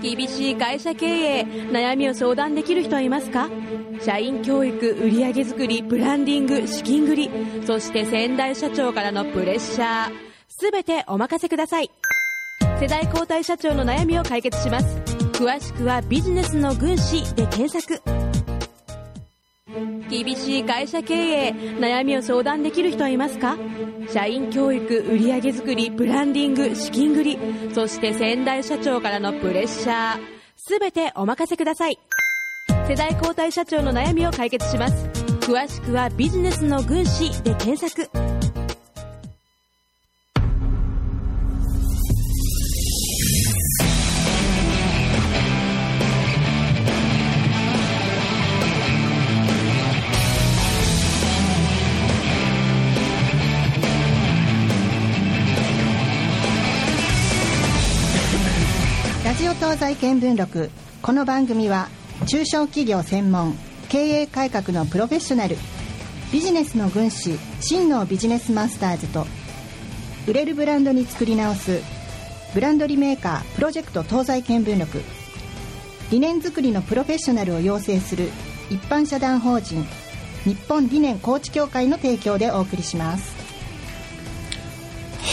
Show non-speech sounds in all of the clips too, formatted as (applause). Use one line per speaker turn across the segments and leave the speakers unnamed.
厳しい会社経営悩みを相談できる人はいますか社員教育売上作りブランディング資金繰りそして先代社長からのプレッシャーすべてお任せください世代交代社長の悩みを解決します詳しくは「ビジネスの軍師」で検索厳しい会社経営悩みを相談できる人はいますか社員教育売上作りブランディング資金繰りそして先代社長からのプレッシャーすべてお任せください世代交代社長の悩みを解決します詳しくは「ビジネスの軍師」で検索
ラジオ東西見聞録この番組は中小企業専門経営改革のプロフェッショナルビジネスの軍師真のビジネスマスターズと売れるブランドに作り直すブランドリメーカープロジェクト東西見聞録理念づくりのプロフェッショナルを養成する一般社団法人日本理念コーチ協会の提供でお送りします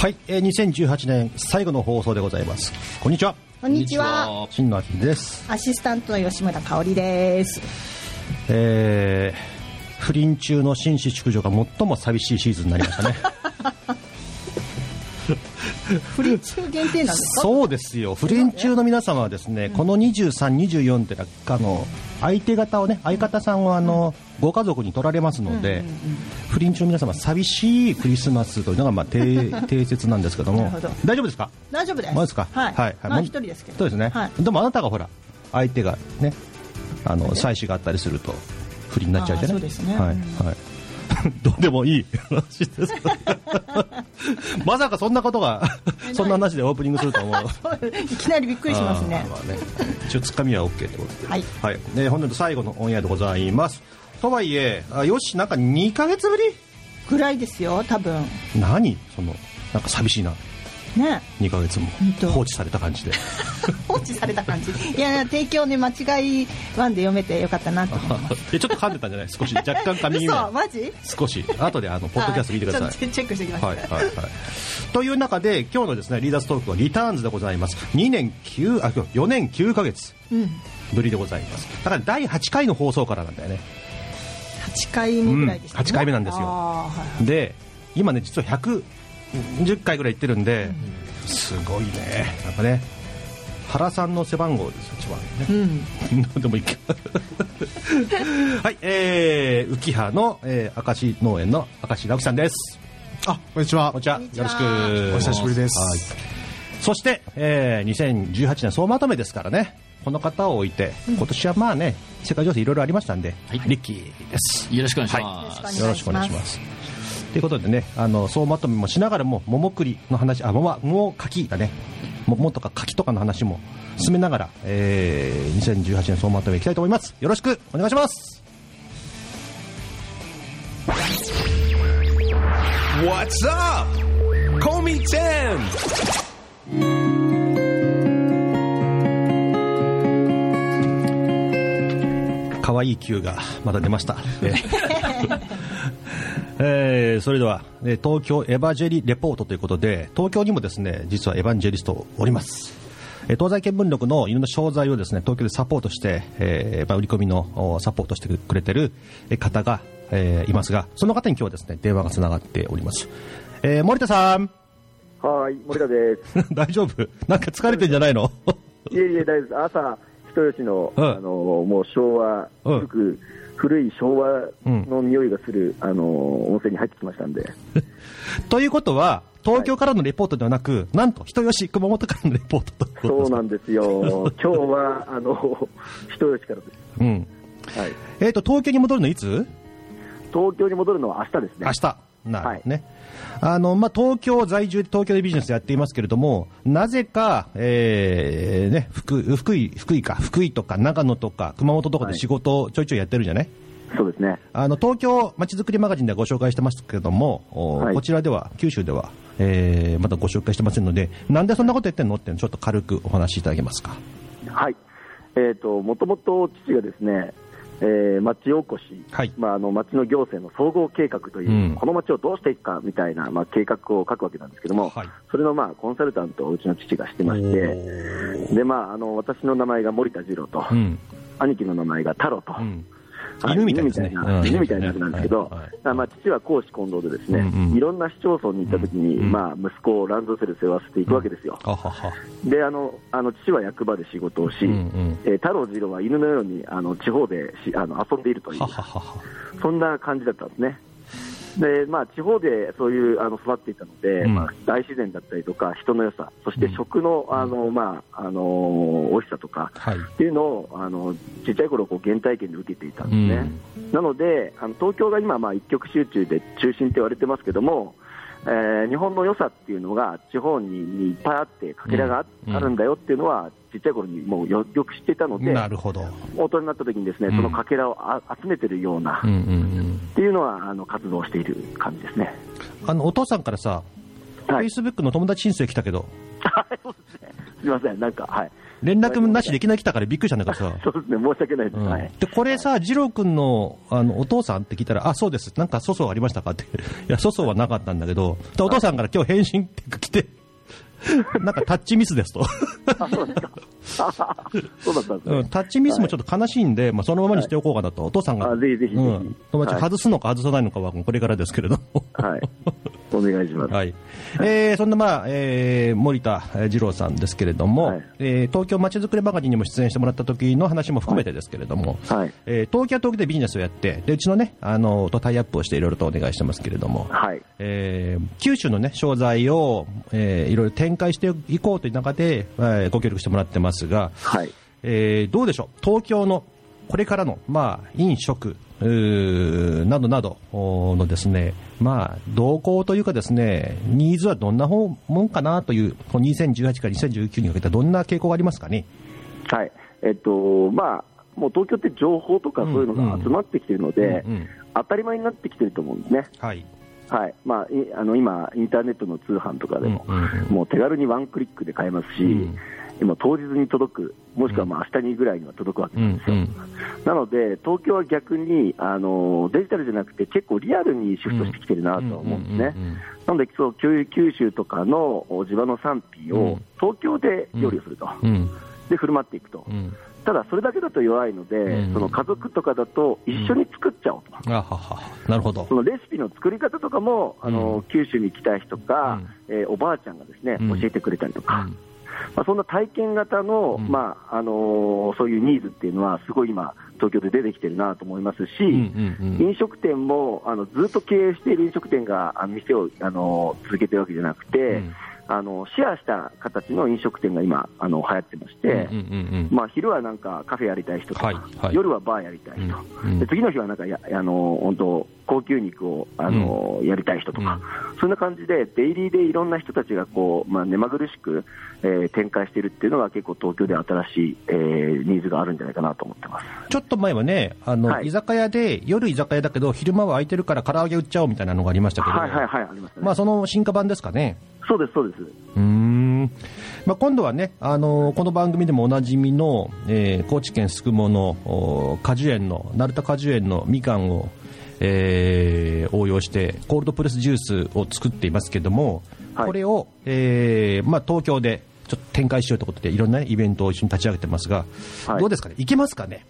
はい、えー、2018年最後の放送でございますこんにちは
こんにちは
新野明です
アシスタントの吉村香織です
えー、不倫中の紳士淑女が最も寂しいシーズンになりま
(laughs)
したね
不倫中限定なんですか
そうですよ不倫中の皆様はですね、この2324ってあの相手方をね相方さんをあの、ご家族に取られますので、不倫中の皆様寂しいクリスマスというのがまあ
(laughs)
定定説なんですけども
なるほど
大丈夫ですか
大丈夫です
まあですか、
はい、
はい、
まあ一人ですけど
そうですね、
はい
でもあなたがほら、相手がね、あの、妻子があったりすると、不利になっちゃうじゃない
あーそうですね
はい、
うん
はい。 (laughs) どうでもいい話です。 (laughs) まさかそんなことが、そんな話でオープニングすると思
(laughs)
う。
いきなりびっくりしますね
あーまあね一応つかみは OK ってことで。
はい
はい。ね、本年度最後のオンエアでございます。とはいえ、あよし、なんか2ヶ月ぶり
ぐらいですよ多分
何その、なんか寂しいな。
ね (laughs)
2ヶ月も
本当
放置された感じで。
放置された感じいや提供ね間違いワンで読めてよかったなと
(laughs)
思います
えちょっと噛んでたんじゃない少し若干噛み気味
(laughs) 嘘マジ
少し後であのポッドキャスト見てくださ
あちょっ
い
とチェックしてきました、
はいはいはいという中で今日のですねリーダーストークはリターンズでございます2年9あ4年9ヶ月
うん
ぶりでございますだから第8回の放送からなんだよね
8回目ぐらいでした、ね
うん8回目なんですよ
あーはいはい
で今ね実は110回ぐらい行ってるんで、すごいねなんかね原さんの背番号ですよ一番ね
うん、
何でもいいか (laughs) はいえー、浮羽の、えー、明石農園の明石直樹さんです
あこんにちは
こんにちは
こんにち
よろしく
は
お久しぶりです
はいそして、えー、2018年総まとめですからねこの方を置いて、今年はまあね世界情勢いろいろありましたんで、
はい
リッキーです
よろしくお願いし
よろ
ま
し
す。
くお願いします
よろしくお願いしますということでねあの総まとめもしながらも桃栗の話あ桃桃柿だね桃とか柿とかの話も進めながら、えー、2018年総まとめいきたいと思いますよろしくお願いします
What's up? Call me 10.
可愛い Q がまた出ました、えーえーそれでは、えー東京エヴァジェリレポートということで東京にもですね実はエヴァンジェリストおりますえー東西見聞録のいろんな商材をですね東京でサポートして、えーまあ売り込みのおサポートしてくれてるえー方が、えーいますがその方に今日はですね電話がつながっております、えー森田さん (laughs)
はい、森田です。
大丈夫なんか疲れてんじゃないの (laughs)
いえいえ、大丈夫です。朝、人吉の、
うん
あの、もう昭和、
うん
古く、古い昭和の匂いがする、あの、温泉に入ってきましたんで。
ということは東京からのレポートではなく、なんと人吉熊本からのレポートということ
そう
です
なんです
(laughs)
よ。今日は、あの、人吉からで
うん
す。はい。
えー、と東京に戻るのいつ
東京に戻るのは明日ですね
明。日なるほどね、あのまあ、東京在住で東京でビジネスやっていますけれどもなぜか、えーね、福福井福井か福井とか長野とか熊本とかで仕事をちょいちょいやってるじゃない、
そうですね。
あの東京まちづくりマガジンではご紹介してますけれども、お
はい
こちらでは九州では、えーまだご紹介してませんのでなんでそんなことやってんのってちょっと軽くお話しいただけますか
はい。えっ、と、もともと父がですね、えー町おこし、
はい
まあ、あの町の行政の総合計画という、
うん
この町をどうしていくかみたいな、まあ、計画を書くわけなんですけども、
はい
それの、まあ、コンサルタントをうちの父がしてまして、でまあ、あの私の名前が森田次郎と、
うん
兄貴の名前が太郎と、
うん
はい
犬みたいですねうん
犬みたいな犬みたいな感じなんですけど、
はいはい
まあまあ、父は公私混同でですね、
うんうん
いろんな市町村に行った時に、
うんうん
まあ、息子をランドセル背負わせていくわけですよ。
あはは
であのあの父は役場で仕事をし、
うんうん
えー太郎次郎は犬のようにあの地方でしあの遊んでいるという
はは、はは
そんな感じだったんですね。でまあ、地方でそういうあの育っていたので、
うん
まあ、大自然だったりとか、人の良さ、そして食の,、あのまあ、あの美味しさとか
はい
っていうのをあのちっちゃい頃こう原体験で受けていたん
う
ですね。
ん
なので、あの東京が今、まあ、一極集中で中心と言われてますけども、えー日本の良さっていうのが地方ににいっぱいあって、かけらがあ,、
うん
るんだよっていうのは、ちっちゃい頃にもうよよく知っていたので、
なるほど
大人になった時にですね、
うん
そのかけらをあ集めてるような、
うんう
っ
んうん
ていうのはあの活動している感じですね。
あのお父さんからさフ
は
ェイ
い、
スブックの友達申請来たけど
すみません、なんか、はい、
連絡なしできない来たからびっくりしたんだけどさ
そうですね、申し訳ないです。
うん
はい (laughs)
でこれさ、二郎君のあのお父さんって聞いたら、あそうです、なんか粗相ありましたかって、 (laughs) いや、粗相はなかったんだけど、でお父さんから今日返信って来
(laughs)
て、なんかタッチミスですと、 (laughs)
あそうですかそうだったんですね
うんタッチミスもちょっと悲しいんで、まあ、そのままにしておこうかなと、お父さんが、
あぜひぜひぜひ
うん友達
はい
外すのか外さないのかは、これからですけれども。
はい、お願いします。
はいえーそんな、まあえー森田えー二郎さんですけれども、
はい
えー東京まちづくりマガジンにも出演してもらった時の話も含めてですけれども、
はい
えー東京は東京でビジネスをやって、でうちのね、あのとタイアップをしていろいろとお願いしてますけれども、
はい
えー九州のね、商材を、えーいろいろ展開していこうという中で、えーご協力してもらってますが、
はい
えーどうでしょう、東京のこれからの、まあ、飲食うーなどなどおーのですね、まあ、動向というかですね、ニーズはどんな方もんかなという、この2018から2019にかけてどんな傾向がありますかね。
はい、えっと、まあ、もう東京って情報とかそういうの
うんう
が
ん
集まってきてるので、
うんうん
当たり前になってきてると思うんですね。
はい。
はい。まあ、いあの、今、インターネットの通販とかでも、
うんうんうん
もう手軽にワンクリックで買えますし、
うん
今、当日に届く、もしくはまあ、明日にぐらいには届くわけ
う
なん
ん
です
う
よ。
ん。
なので、東京は逆に、あの、デジタルじゃなくて結構リアルにシフトしてきてるなとは思うんですね。
うんうんうんうん
なので、そう、九九州とかのお地場の賛否
う
を
ん
東京で料理をすると。
うん
で、振る舞っていくと。
うん。
ただそれだけだと弱いので、
ん
その家族とかだと一緒に作っちゃおうと、
あはは。なるほど
そ。のレシピの作り方とかも、あの九州に来た人か、えーおばあちゃんがですね、
うん
教えてくれたりとか、
うん
まあ、そんな体験型の、
うん
まああのーそういうニーズっていうのは、すごい今、東京で出てきてるなと思いますし。
うんうんうん
飲食店もあのずっと経営している飲食店があの店をあの続けてるわけじゃなくて、
ん
あのシェアした形の飲食店が今、あの流行ってまして、
うんうん
まあ、昼はなんかカフェやりたい人とか、
はいはい
夜はバーやりたい人、
うんうん
で次の日はなんかやあの本当、高級肉をあの、やりたい人とか、そんな感じで、デイリーでいろんな人たちがこう、まあ、目まぐるしく、えー展開してるっていうのが、結構東京で新しい、えーニーズがあるんじゃないかなと思ってます。
ちょっと前はね、あの、
はい
居酒屋で、夜居酒屋だけど、昼間は空いてるから唐揚げ売っちゃおうみたいなのがありましたけど、
はいはいはい、ありましたね。
まあ、その進化版ですかね。
そうです、そうです。
うーんまあ、今度はね、あのこの番組でもおなじみの、えー高知県宿毛のお果樹園の鳴田果樹園のみかんを、えー応用してコールドプレスジュースを作っていますけども、
はい
これを、えーまあ、東京でちょっと展開しようということでいろんな、ね、イベントを一緒に立ち上げてますが、
はい
どうですかねいけますかね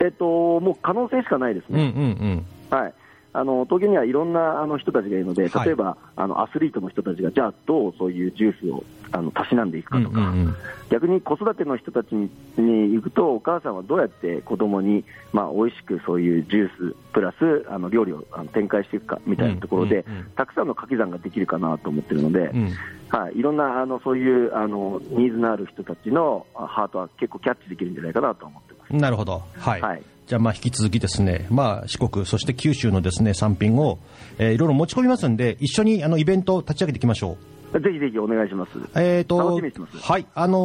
えっ、と、もう可能性しかないです
うんう
ね。
ん
はいあの東京にはいろんなあの人たちがいるので、
はい
例えば、あのアスリートの人たちが、じゃあ、どうそういうジュースをあのたしなんでいく
うんう
か
ん
とか、
うん
逆に子育ての人たちにに行くと、お母さんはどうやって子供にまあ、美味しくそういうジュース、プラスあの料理をあの展開していくかみたいなところで、
うんうんうん
たくさんの掛け算ができるかなと思ってるので、
うん
はい、いろんなあのそういうあのニーズのある人たちのあハートは結構キャッチできるんじゃないかなと思ってます。
なるほど、はい
はい
じゃあ、まあ引き続きですね、まあ、四国、そして九州のですね産品を、えーいろいろ持ち込みますんで、一緒にあのイベントを立ち上げていきましょう。
ぜひぜひお願いします。
えー、と
楽しみにしてます
はいあの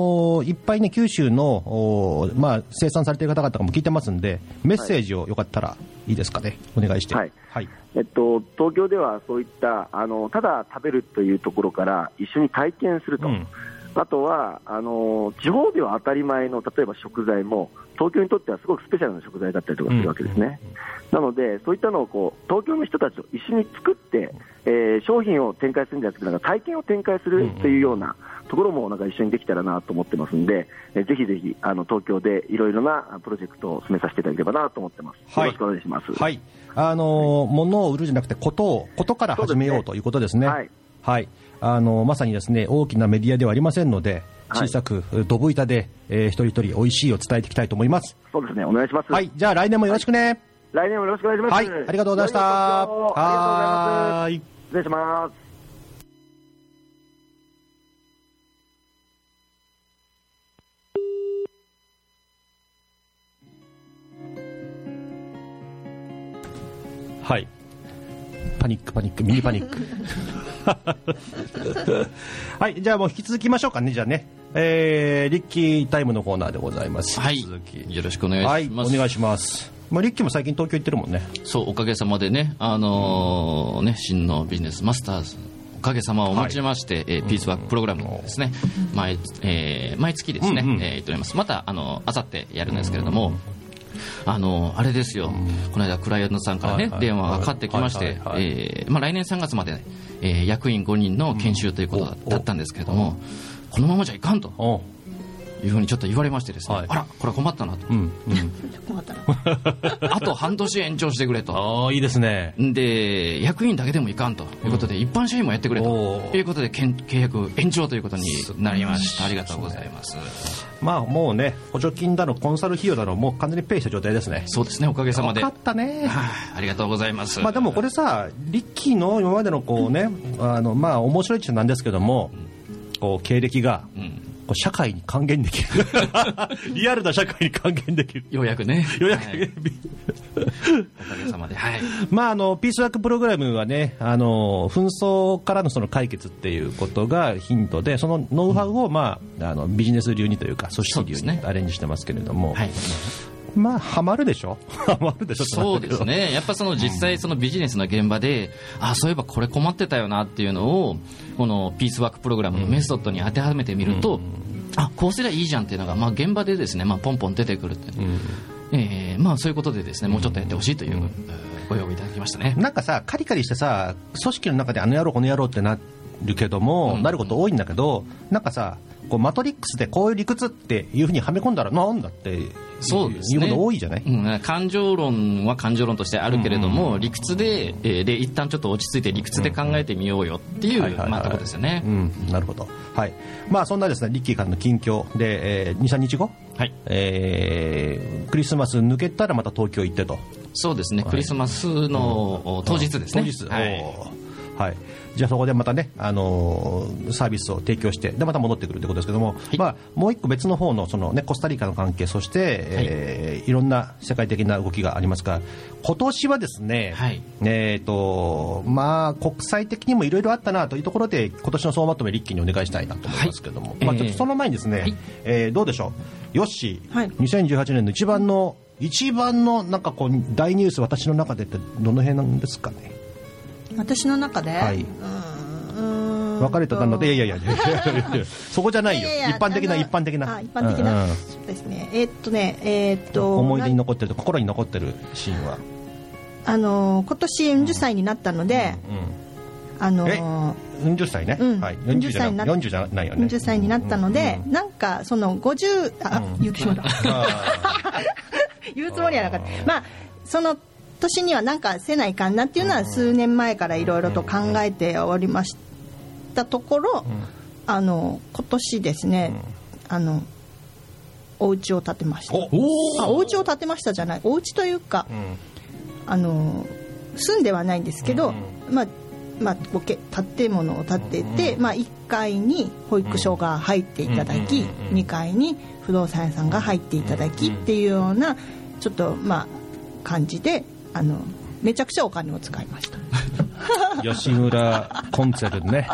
ーいっぱいね、九州の、おーまあ、生産されている方々も聞いてますんで、メッセージをよかったらいいですかね、お願いして。
はい
はい
えっと、東京ではそういったあの、ただ食べるというところから、一緒に体験すると、
うん
あとはあの地方では当たり前の例えば食材も東京にとってはすごくスペシャルな食材だったりとかするわけですね、なのでそういったのをこう東京の人たちと一緒に作って、えー商品を展開するんじゃなくてなんか体験を展開するというようなところもなんか一緒にできたらなと思ってますんで、えーぜひぜひあの東京でいろいろなプロジェクトを進めさせていただければなと思ってます、
はい
よろしくお願いします、
はい。あのー物を売るじゃなくて、ことを、ことから始めようということですね。
そうですね
はい。あのーまさにですね、大きなメディアではありませんので、
はい
小さく、どぶ板で、えー一人一人美味しいを伝えていきたいと思います。
そうですねお願いします、
はい。じゃあ来年もよろしくね。
来年もよろしくお願いします、
はい。ありがとうございました。
良いお年をあ
はー
り
い。
がとうございます失礼します
はい。パニック、パニック、ミニパニッ
(laughs)
ク。はい、じゃあもう引き続きましょうかね、じゃあね。えー、リッキータイムのコーナーでございます。
はい
引き続き。
よろしくお願
はいい、
し
お
ます、
願いします。まあ、リッキーも最近東京行ってるもんね。
そうおかげさまでねあのーね真のビジネスマスターズおかげさまをもちまして、えーピースワークプログラムですね、毎えー毎月ですね、
うんうん
えーやっておりますまたあのあさってやるんですけれども、あのあれですよ、この間、クライアントさんからね、
はいはい
電話がかかってきまし
はい
て
は、いはい
えーまあ来年3月まで、えー役員5人の研修ということだ
うん
だったんですけれども、このままじゃいかんと
お
いうふうにちょっと言われまして、ですね、
はい
あら、これは困ったなと、
う
(laughs)
ん。
あと半年延長してくれと、
ああ、いいですね。
で役員だけでもいかんということで、一般社員もやってくれ
お
と
ー
いうことでけん契約延長ということになりましたありがとうございます
まあ、もうね、補助金だの、コンサル費用だの、もう完全にペイした状態ですね。
そうですねおかげさま
よ
で
か
はい
ったね。
ありがとうございます
まあ、でもこれさ、リッキーの今までのこう、ねあのまあ、面白いっちゃなんですけども、こう経歴が、
ん
こう社会に還元でき
(laughs)
る、リアルな社会に還元できる。
ようやくね
ようやく
はいおかげさまではい
まあ、あのピースワークプログラムはねあの紛争からのその解決っていうことがヒントでそのノウハウを、まあ、あのビジネス流にというか組
そう
織
です
流に
ね
アレンジしてますけれども、
はい
まあハマるでし
(laughs)
ょハマるでしょってなん
そう
だけ
で
ど
すね、やっぱその実際、そのビジネスの現場で、あそういえばこれ困ってたよなっていうのを、このピースワークプログラムのメソッドに当てはめてみると、あこうすりゃいいじゃんっていうのが、まあ、現場でですね、まあ、ポンポン出てくるって、えーまあ、そういうことで、ですねもうちょっとやってほしいという、ご要望いただきましたね。
なんかさカリカリしてさ組織の中であの野郎この野郎ってなるけども、
うん
なること多いんだけどなんかさこうマトリックスでこういう理屈っていうふうにはめ込んだらなんだって
そうですね
いうこと多いじゃない、
うん、感情論は感情論としてあるけれども、理屈で、えーで一旦ちょっと落ち着いて理屈で考えてみようよっていう、
はいはいはい
まあ、とこですよね、
うん、なるほど、はいまあ、そんなですねリッキーからの近況で、えー、23日後、
はい
えークリスマス抜けたらまた東京行ってと
そうですね、クリスマスのお当日です
当
ね。
日
はい
おーはいじゃあそこでまたね、あのーサービスを提供してでまた戻ってくるということですけども、
い
まあ、もう一個別の方のそのねコスタリカの関係そして、えーいろんな世界的な動きがありますが今年はですね、
はい
えーとまあ、国際的にもいろいろあったなというところで今年の総まとめ立期にお願いしたいなと思いますけども、
い
まあ、
えー
ちょっとその前にですね、
はい
えーどうでしょうよっしー、
はい
2018年の一番の一番のなんかこう大ニュース私の中でってどの辺なんですかね
私の中で、
(laughs) はいう
ーん
別れた旦那でいやいやいやいやいや
(laughs)
いやそこじゃないよ
やや
一般的な
あの
一般的な
あ一般的な、
うんう
そ
ん
うですねえーっとねえーっと
思い出に残ってる心に残ってるシーンは、
あのー今年40歳になったので、あのー
うん、40歳ね、
うん
はい、40じゃない40
40
じゃないよね
40歳になったので、なんかその50あ、言うてしまった
あ
(laughs) 言うつもりはなかった、まあ、その年にはなんかせないかんなっていうのは数年前からいろいろと考えておりましたところ、あの今年ですね、あのお家を建てました
お
あお家を建てましたじゃないお家というか、
ん
あの住んではないんですけど、まあまあ、ごけ建物を建てて、まあ、1階に保育所が入っていただき、2階に不動産屋さんが入っていただきっていうようなちょっとまあ感じであのめちゃくちゃお金を使いました。
ー吉村コンツェルね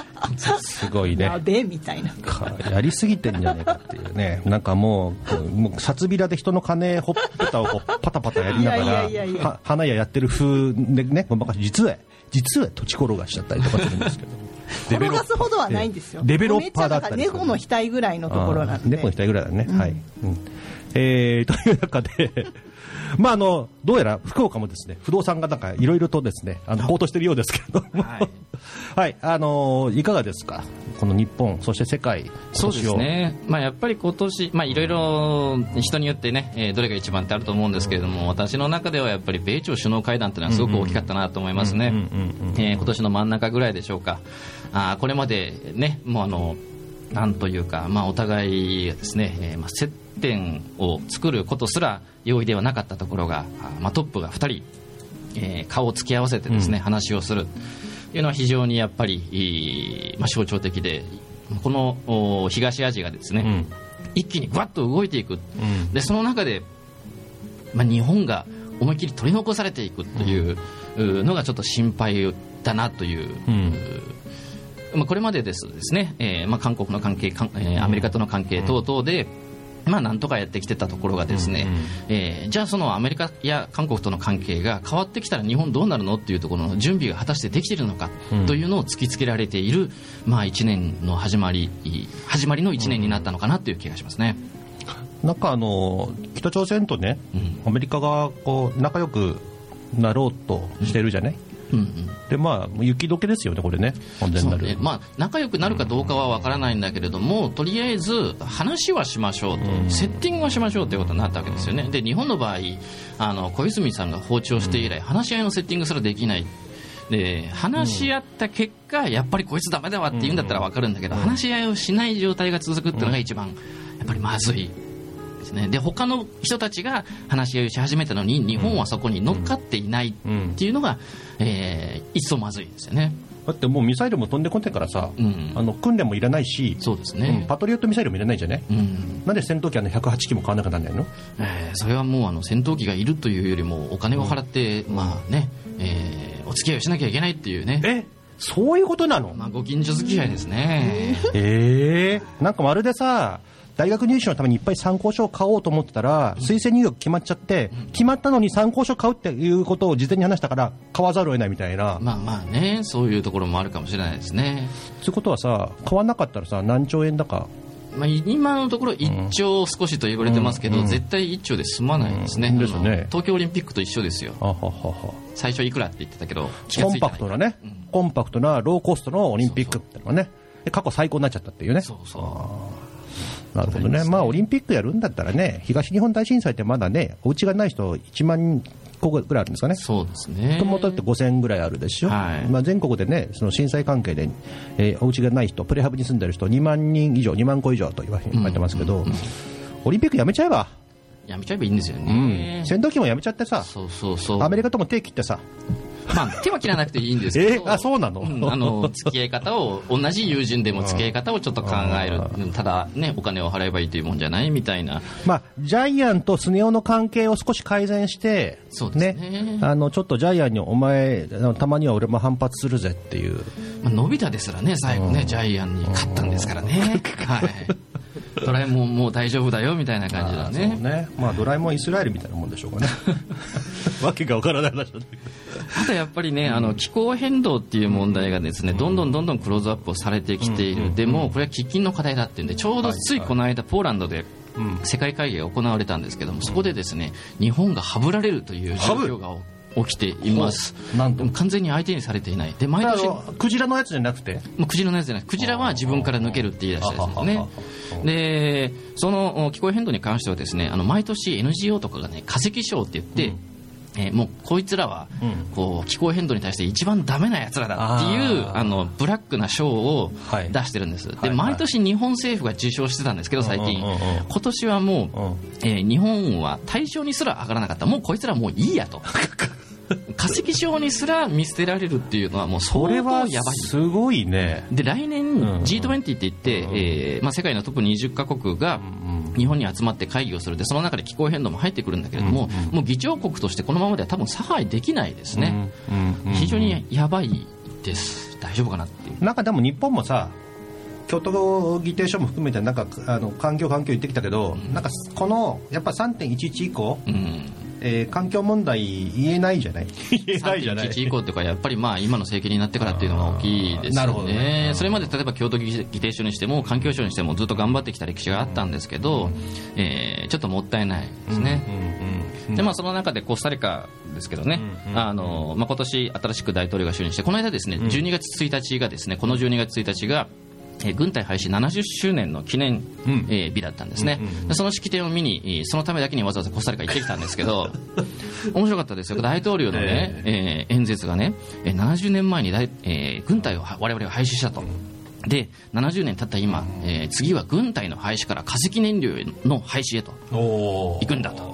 すごいね
やべえみたいな
かやりすぎてんじゃねえかっていうね、なんかもう、もう札びらで人の金ほっぺたをこうパタパタやりなが
いやいやいやい
ら、
や
は花屋やってる風でね、ごまかし実は、実は土地転がしちゃったりとかするんですけど、デベ
転
ロッ
がすほどはないんですよ、
ええデベロッパーだった
め
り
っちゃなんか猫の額ぐらいのところなんで、
猫の額ぐらいだね、
うん
はい、うんえー (laughs) という中でまああのどうやら福岡もですね不動産がなんかいろいろとですねあの高騰しているようですけれども (laughs) は
はいい、
あのいかがですかこの日本そして世界今年
そうです
を
ね、まあ、やっぱり今年まあいろいろ人によってね、えーどれが一番ってあると思うんですけれども、私の中ではやっぱり米朝首脳会談っていうのはすごく大きかったなと思いますね、えー今年の真ん中ぐらいでしょうか、あーこれまでね、もうあのなんというか、まあ、お互いですね、えーまあ、接点を作ることすら容易ではなかったところが、あーまあ、トップが2人えー顔を突き合わせてですね、話をするというのは非常にやっぱり、いいまあ、象徴的でこのお東アジアがですね、一気にぐわっと動いていく、でその中で、まあ、日本が思いっきり取り残されていくといううのがちょっと心配だなという。まあ、これまでですですね、えーまあ、韓国の関係、韓えーアメリカとの関係等々で、まあ、なんとかやってきてたところがですね、えーじゃあそのアメリカや韓国との関係が変わってきたら日本どうなるのっていうところの準備が果たしてできているのかというのを突きつけられている、まあ、1年の始まり始まりの1年になったのかなという気がしますね。
なんかあの北朝鮮とね、
うん
アメリカがこう仲良くなろうとしてるじゃない、
うんうん
でまあ雪解けですよねこれね完全
そ
な
う
る、
ねまあ、仲良くなるかどうかは分からないんだけれども、とりあえず話はしましょうと、セッティングはしましょうということになったわけですよね、で日本の場合あの、小泉さんが訪朝して以来、話し合いのセッティングすらできない。で話し合った結果、やっぱりこいつダメだわって言うんだったら分かるんだけど、話し合いをしない状態が続くっていうのが一番、やっぱりまずいですね、で他の人たちが話し合いをし始めたのに、日本はそこに乗っかっていないっていうのが、えー一層まずいですよね。
だってもうミサイルも飛んでこないからさ、
うん
あの訓練もいらないし
そうです
うん
ね、
パトリオットミサイルもいらないじゃね、
うん
なんで戦闘機あの108機も買わなくならないの
えーそれはもうあの戦闘機がいるというよりもお金を払って、まあねえーお付き合いをしなきゃいけないっていうね、
えそういうことなの
まあ、ご近所付き合いですね、
ええなんかまるでさ大学入試のためにいっぱい参考書を買おうと思ってたら、推薦入学決まっちゃって、決まったのに参考書買うっていうことを事前に話したから買わざるを得ないみたいな、
まあまあねそういうところもあるかもしれないですね、
そういうことはさ買わなかったらさ何兆円だか
まあ、今のところ1兆少しと言われてますけど、絶対1兆で済まないですね,あ
うん
の、
ですよね
東京オリンピックと一緒ですよ
あははは
最初いくらって言ってたけど気が
コ
つ
ン
いて
パ
ない
クトなね、コンパクトなローコストのオリンピックってのがねで過去最高になっちゃったっていうね
そうそ
なるほどね、まあ、オリンピックやるんだったらね、東日本大震災ってまだね、お家がない人、1万個ぐらいあるんですかね
う、そうですね
ともだって5000ぐらいあるでしょ、
はい
まあ、全国でね、その震災関係で、えーお家がない人、プレハブに住んでる人、2万人以上、2万個以上と言わ言われてますけど、オリンピックやめちゃえば、
やめちゃえばいいんですよ
うん
ね、
戦闘機もやめちゃってさ、
そうそうそう
アメリカとも手切ってさ、
まあ、手は切らなくていいんですけど、
えーあそうなの
んあの付き合い方を、同じ友人でも付き合い方をちょっと考える、うんただね、お金を払えばいいというもんじゃないみたいな、
まあ、ジャイアンとスネ夫の関係を少し改善して、
そうですね
あのちょっとジャイアンにお前、あのたまには俺も反発するぜっていう。
まあのび太ですらね、最後ね、ジャイアンに勝ったんですからね、はい、ドラえもん、もう大丈夫だよみたいな感じだ
あーそう
ね。
ねまあドラえもんイスラエルみたいなもんでしょうかね (laughs) わけがわからない話だったけど
あとやっぱりね、あの気候変動っていう問題がですね、どんどんどんどんクローズアップをされてきている、でもこれは喫緊の課題だっていうんで、ちょうどついこの間、ポーランドで世界会議が行われたんですけども、そこでですね、日本がハブられるという状況が起きています。
なんと
でも完全に相手にされていない。で、毎
あ
年、
のクジラのやつじゃなくて
もうクジラのやつじゃないクジラは自分から抜けるって言い出したやつですねでそのお気候変動に関してはですねあの毎年 NGO とかがね化石賞って言って、えーもうこいつらはこう気候変動に対して一番ダメなやつらだっていう
あー
あのブラックな賞を
はい
出してるんです、
はい
で毎年日本政府が受賞してたんですけど最近、
うんうんうん
今年はもう、えー日本は対象にすら上がらなかったもうこいつらもういい
(laughs)
やと化石賞にすら見捨てられるっていうのはもう相
こ
当
れ
やば
はいすごいね
で来年
ん
G20 って言って、えーまあ、世界のトップ20カ国が日本に集まって会議をするでその中で気候変動も入ってくるんだけれども、もう議長国としてこのままでは多分差配できないですね、非常にやばいです大丈夫かなっていう
なんかでも日本もさ京都議定書も含めてなんかあの環境環境言ってきたけど、なんかこのやっぱ3.11以降
うん
えー環境問題言えないじゃない言
3.11以降というか、やっぱりまあ今の政権になってからっていうのが大きいですよね、
なるほどね
それまで例えば京都議定書にしても、環境省にしても、ずっと頑張ってきた歴史があったんですけど、えーちょっともったいないですね。でまあ、その中でコスタリカですけどね、あのまあ今年新しく大統領が就任して、この間、ですね12月1日が、ですねこの12月1日が、えー軍隊廃止70周年の記念、えー日だったんですね、でその式典を見に、えーそのためだけにわざわざコスタリカ行ってきたんですけ (laughs) ど、面白かったですよ、大統領の、ねえー演説がね、えー70年前に大、えー軍隊をは我々が廃止したと。で70年経った今、えー次は軍隊の廃止から化石燃料の廃止へと
おー
行くんだと、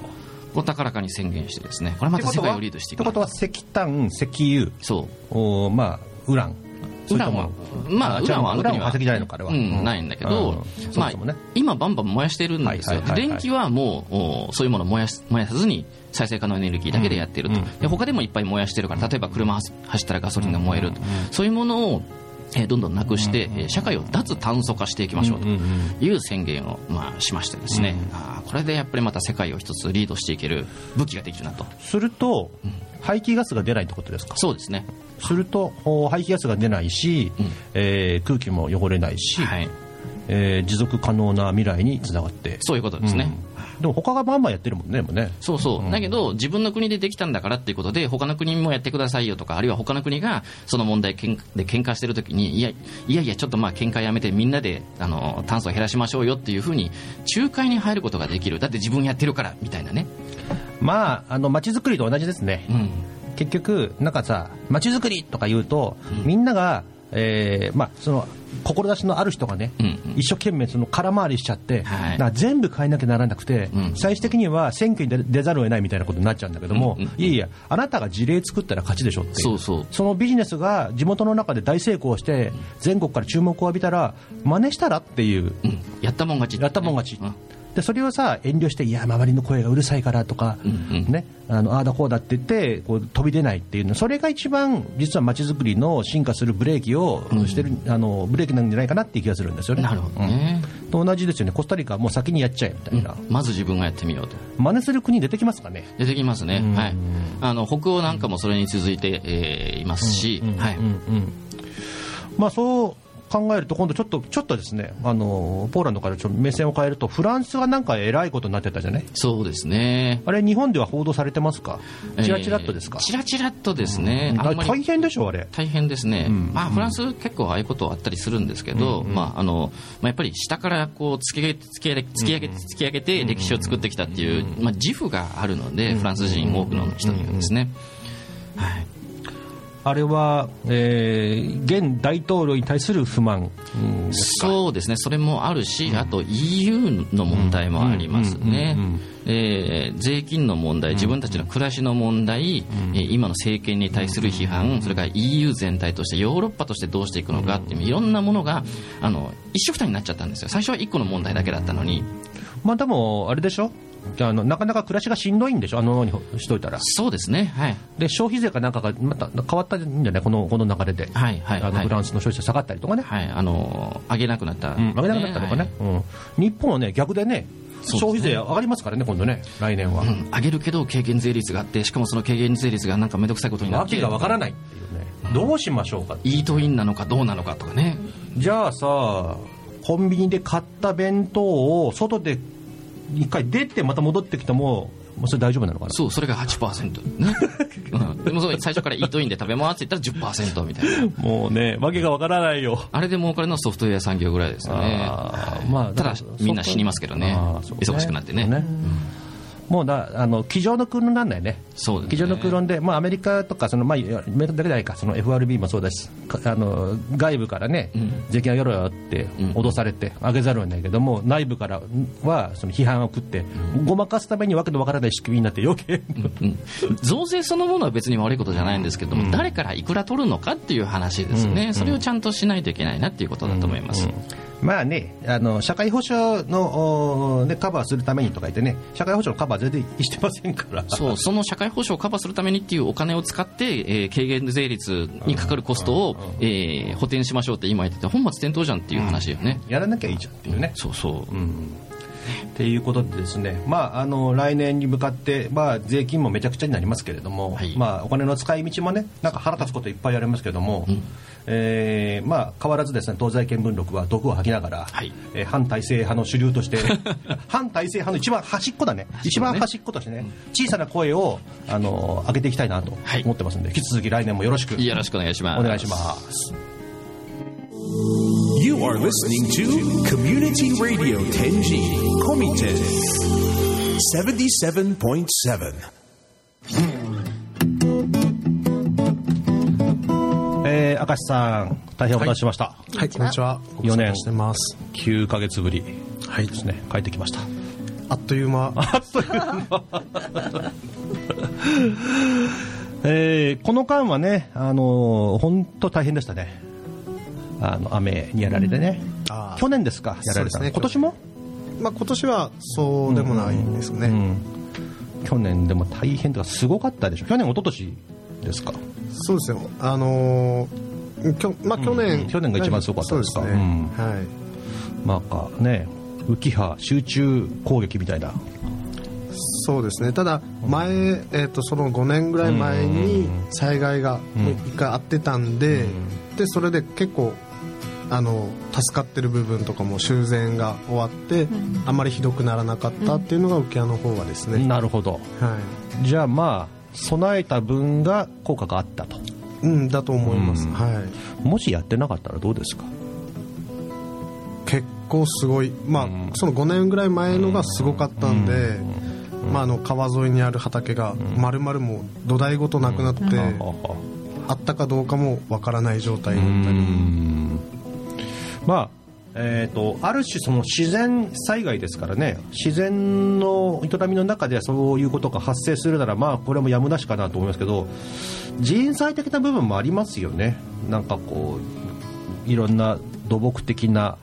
お高らかに宣言して、ですねこれ
っ
ま
て
た
こと
世界
は
をリードしてい
っ
く
てことは石炭石油
そう
おーまあウラン
ウランは
それと、も
まあ、
あ
ウランは
違う
あの国
ウラン
は
は化石じゃないのかあれは
う
うん
ん、ないんだけど
うん、そ
ま
も
あ
そもね、
今バンバン燃やしてるんですよ
はいはい。はいはい
電気はもう、おそういうものを燃やす燃やさずに、再生可能エネルギーだけでやってると
うんうん。
で、他でもいっぱい燃やしてるから、例えば車走走ったらガソリンが燃えると。そういうものを、えーどんどんなくして、えー社会を脱炭素化していきましょうという宣言を、まあ、しましてですね、あーこれでやっぱりまた世界を一つリードしていける武器ができるなと。
すると排気ガスが出ないってことですか
そうですね。
するとお排気ガスが出ないし、えー空気も汚れないし、
はい。
えー持続可能な未来につながって
そういうことですね。
うんでも他がバンバンやってるもんねでもね
そうそう、だけど、自分の国でできたんだからっていうことで、他の国もやってくださいよとか、あるいは他の国がその問題けんで喧嘩してるときにいや、いやいや、ちょっとまあ喧嘩やめて、みんなであの炭素を減らしましょうよっていうふうに、仲介に入ることができる、だって自分やってるからみたいなね、
まああの街づくりと同じですね、
うん、
結局なんかさ街づくりとか言うと、みんなが、えーまあ、その志のある人がね、
うんうん
一生懸命その空回りしちゃって、
はい
だから全部変えなきゃならなくて、
うん
最終的には選挙に出出ざるを得ないみたいなことになっちゃうんだけども、
うんうんうん
いやいやあなたが事例作ったら勝ちでしょってい
そうそう
そのビジネスが地元の中で大成功して全国から注目を浴びたら真似したらっていう
うん、やったもん勝ち、
やったもん勝ち、
うん
でそれをさ遠慮していや周りの声がうるさいからとか、
うんうん
ね、あのああだこうだって言ってこう飛び出ないっていうのそれが一番実は街づくりの進化するブレーキをしてる、あのブレーキなんじゃないかなっていう気がするんですよね
なるほどね、
うんと同じですよねコスタリカはもう先にやっちゃえみたいな、
まず自分がやってみようと。
真似する国出てきますかね
出てきますね、はい、あの北欧なんかもそれに続いて、えーいますし、はい
まあそう考えると今度ちょっとちょっとですねあのポーランドからちょっと目線を変えるとフランスがなんか偉いことになってたじゃない
そうですね、
あれ日本では報道されてますかチラチラっとですか、
えーチラチラっとですね、
あ
あ
れ
んまり
大変でしょあれ
大変ですね、まあ、フランス、結構ああいうことあったりするんですけど、まああのまあ、やっぱり下からこう突き上げ突き上げ突き上げ突き上げて歴史を作ってきたっていう、まあ、自負があるので、フランス人多くの人にはですね。はい
あれは、えー現大統領に対する不満、うん
そうですね、それもあるし、あと EU の問題もありますね、えー税金の問題、自分たちの暮らしの問題、えー今の政権に対する批判、それから EU 全体として、ヨーロッパとしてどうしていくのかっていう、いろんなものがあの一緒くたになっちゃったんですよ、最初は1個の問題だけだったのに、
まあ、でも、あれでしょあの、なかなか暮らしがしんどいんでしょ、あのままにしといたら。
そうですね、はい、
で消費税かなんかがまた変わったんじゃない、このこの流れで、
はいはい
あの
はい
フランスの消費税下がったりとかね、
はい、あの上げなくなった、
うん上げなくなったとかね、
はい
うん日本はね、逆でね、
そうですね
消費税上がりますからね、今度ね、来年は。
うん上げるけど軽減税率があって、しかもその軽減税率がなんかめんどくさいことにな
わ
って、
けがわからないっていうね、どうしましょうか
イートインなのかどうなのかとかね。
じゃあさコンビニで買った弁当を外で一回出てまた戻ってきてももうそれ大丈夫なのかな
そう、それが8%。ね。うん、でもそう最初からイートインで食べますって言ったら10%みたいな。
もうねわけがわからないよ
あれで儲かるのはソフトウェア産業ぐらいですよね。
あーまあ
ただ
から、
みんな死にますけどね
あー。そう
忙しくなってね。
そうもうなあの机上の空論なんだよね、
そうですね
机上の空論で、まあ、アメリカとかその、まあ、いやアメリカだけじゃないか、その FRB もそうだし、かあの外部からね、税金上げろよって
うん
脅されて、上げざるを得ないけども、内部からはその批判を食って、ごまかすためにわけのわからない仕組みになって、余計、
うん増税そのものは別に悪いことじゃないんですけども、誰からいくら取るのかっていう話ですね、それをちゃんとしないといけないなっていうことだと思います、
(laughs) まあね、あの社会保障の、おーね、カバーするためにとか言ってね、社会保障のカバー全然してませんから。
そうその社会保障をカバーするためにっていうお金を使って、えー軽減税率にかかるコストを、えー補填しましょうって今言ってて本末転倒じゃんっていう話よね、
やらなきゃいいじゃんっていうね、
そうそう、
っていうことでですね、まあ、あの来年に向かって、まあ、税金もめちゃくちゃになりますけれども、
はい
まあ、お金の使い道もねなんか腹立つこといっぱいありますけれども、えーまあ、変わらずですね東西見聞録は毒を吐きながら、
はい
えー反体制派の主流として (laughs) 反体制派の一番端っこだね一番端っことしてね小さな声をあの上げていきたいなと
はい
思ってますんで、引き続き来年もよろしく
よろしくお願いします
お願いします。
You are listening to Community Radio Tenji Komite 77.7.
えー、明石さん大変お待たせしました、
はい、こんにちは。
四年
ご無沙汰してます。
9ヶ月ぶり
はい
ですね帰ってきました
あっという
(laughs)
間。
えーこの間はね、あのー、本当大変でしたね、あの雨にやられてね、
あー
去年ですか、やられた
そう
の、
ですね
今年も、
まあ今年はそうでもないんですね。
うん、去年でも大変とか、すごかったでしょ、去年、一昨年ですか、
そうですよ。あのーきょまあ去年、
うん去年が一番すごかったですか
そうですね。はい。
なんかね、浮波集中攻撃みたいな、
そうですね。ただ前、えっ、とその5年ぐらい前に災害がもう一回あってたんで、でそれで結構あの助かってる部分とかも修繕が終わって、あんまりひどくならなかったっていうのが浮屋の方はですね。
なるほど、
はい。
じゃあまあ、備えた分が効果があったと、
うんだと思います、
うん
はい
もしやってなかったらどうですか、
結構すごいまあ、
うん
その5年ぐらい前のがすごかったんで、まあ、あの川沿いにある畑が丸々もう土台ごとなくなって、
ははは
あったかどうかもわからない状態だ
う
ったり、
んまあえー、とある種その自然災害ですからね自然の営みの中でそういうことが発生するならまあこれもやむなしかなと思いますけど人災的な部分もありますよねなんかこういろんな土木的な、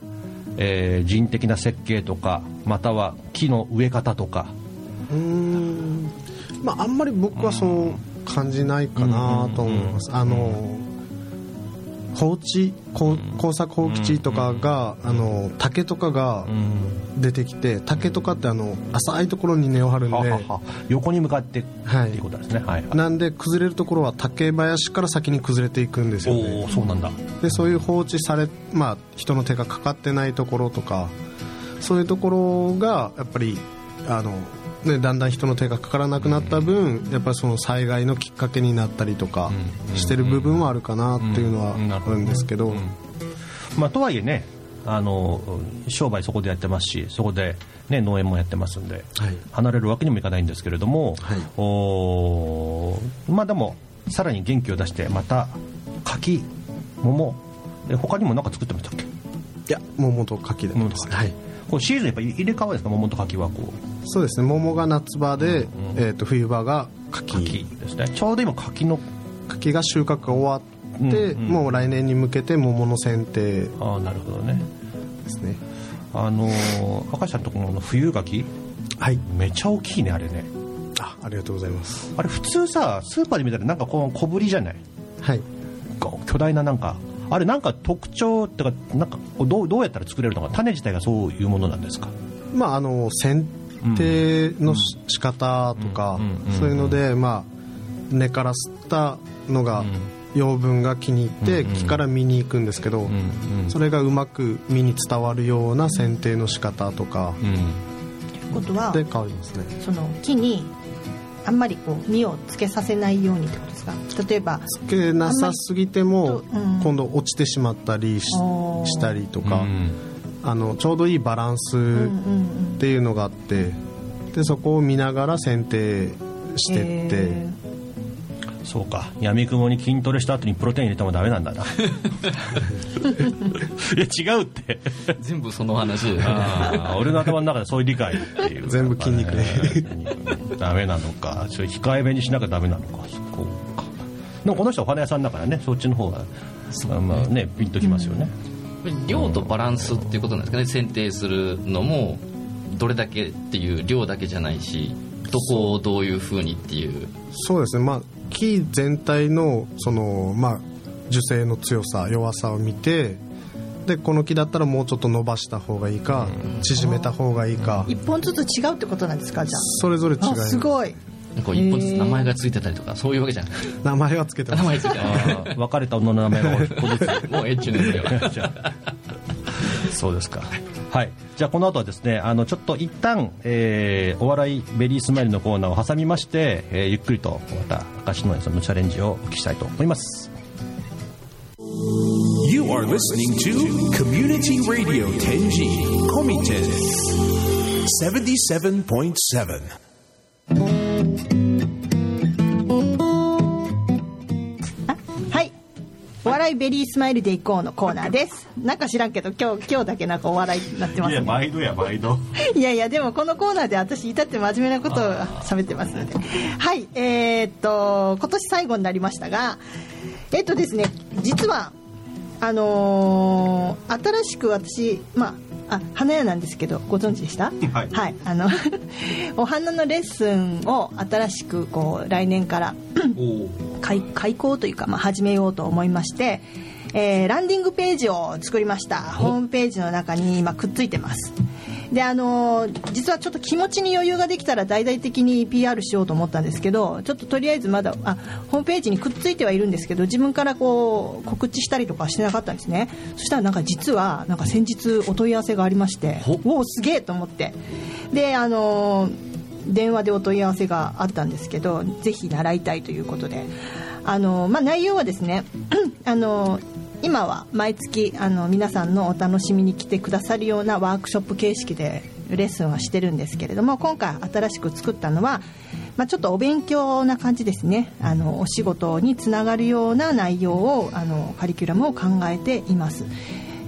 えー人的な設計とかまたは木の植え方とか
うーんまああんまり僕はそう感じないかなと思います、あの放置工工作放棄地とかが、あの竹とかが出てきて竹とかってあの浅いところに根を張るんで、
ははは横に向かってって
はい
いうことですね、はいはい
なんで崩れるところは竹林から先に崩れていくんですよ
お
ね
おそうなんだ
でそういう放置され、まあ、人の手がかかってないところとかそういうところがやっぱりあの、ね、だんだん人の手がかからなくなった分やっぱりその災害のきっかけになったりとかしてる部分はあるかなっていうのは
うん
あるんですけど
まあ、とはいえねあの商売そこでやってますしそこで、ね、農園もやってますんで、
はい
離れるわけにもいかないんですけれども、
はい
おーまあでもさらに元気を出してまた柿桃え他にも何か作ってましたっけ
いや桃と柿で
桃と柿
はい、
こうシーズンやっぱ入れ替わりですか桃と柿はこう
そうですね桃が夏場で、えー、と冬場が
柿ですねちょうど今柿の
柿が収穫が終わって、
うんうん
もう来年に向けて桃の剪定で
ああなるほどね
すね
あのー赤ちゃんのところの冬柿
はい
めちゃ大きいねあれね
あありがとうございます
あれ普通さスーパーで見たらなんかこう小ぶりじゃない
はい
こう巨大ななんかあれなんか特徴ってかなんかこうどうどうやったら作れるのか種自体がそういうものなんですか
まああの剪定のし仕方とか
うん
そういうのでまあ根から吸ったのが養分が気に入って木から実に行くんですけどそれがうまく実に伝わるような剪定の仕方とか
ことは
で変わりますね
その木にあんまりこう実をつけさせないようにってことですか例えば
つけなさすぎても
あんまりうん
今度落ちてしまったりし
おー
したりとかあのちょうどいいバラン
うん
ス
うんうん
っていうのがあってでそこを見ながら剪定してって、
え
そうか闇雲に筋トレした後にプロテイン入れてもダメなん
(laughs)
だないや違うって
全部その話で
あー俺の頭の中でそういう理解っていう
全部筋肉ね
ね (laughs) ダメなのかそれ控えめにしなきゃダメなのかそこかでもこの人はお花屋さんだからねそっちの方が、まあね、ピンときますよね、
量とバランスっていうことなんですかね選定するのもどれだけっていう量だけじゃないしどこをどういうふうにっていう
そうですね、まあ、木全体のその、まあ、樹勢の強さ弱さを見てでこの木だったらもうちょっと伸ばした方がいいか縮めた方がいいか
一本ずつ違うってことなんですかじゃ
それぞれ違い
あ
ま
あす
す
ごい
こう一本ずつ名前がついてたりとか、そういうわけじゃない。
名前はつけてま
名
す
前ついて
あ
た
ー別れた女の名前が一個ずつ
り。もうええっちゅうねんそれは。
そうですか。はい。じゃあこの後はですね、あのちょっと一旦、えー、お笑いベリースマイルのコーナーを挟みまして、えーゆっくりとまた明石のそのチャレンジをお聞きしたいと思います。
You are listening to Community Radio Tenji Komite 77.7.
はいお笑いベリースマイルで行こうのコーナーですなんか知らんけど今日今日だけなんかお笑いになってますね
毎度や毎度。
(laughs) いやいやでもこのコーナーで私至って真面目なことを喋ってますのではいえーっと今年最後になりましたがえっとですね実はあのー新しく私まああ花屋なんですけどご存知でした
はい
あの (laughs) お花のレッスンを新しくこう来年から開開講というか、まあ、始めようと思いまして、えーランディングページを作りましたホームページの中に今くっついてますであのー実はちょっと気持ちに余裕ができたら大々的に PR しようと思ったんですけどちょっととりあえずまだあホームページにくっついてはいるんですけど自分からこう告知したりとかしてなかったんですねそしたらなんか実はなんか先日お問い合わせがありましておおすげえと思ってであのー電話でお問い合わせがあったんですけどぜひ習いたいということであの、まあ、内容はですね (clears throat) あの今は毎月あの皆さんのお楽しみに来てくださるようなワークショップ形式でレッスンはしてるんですけれども今回新しく作ったのは、まあ、ちょっとお勉強な感じですねあのお仕事につながるような内容をあのカリキュラムを考えています。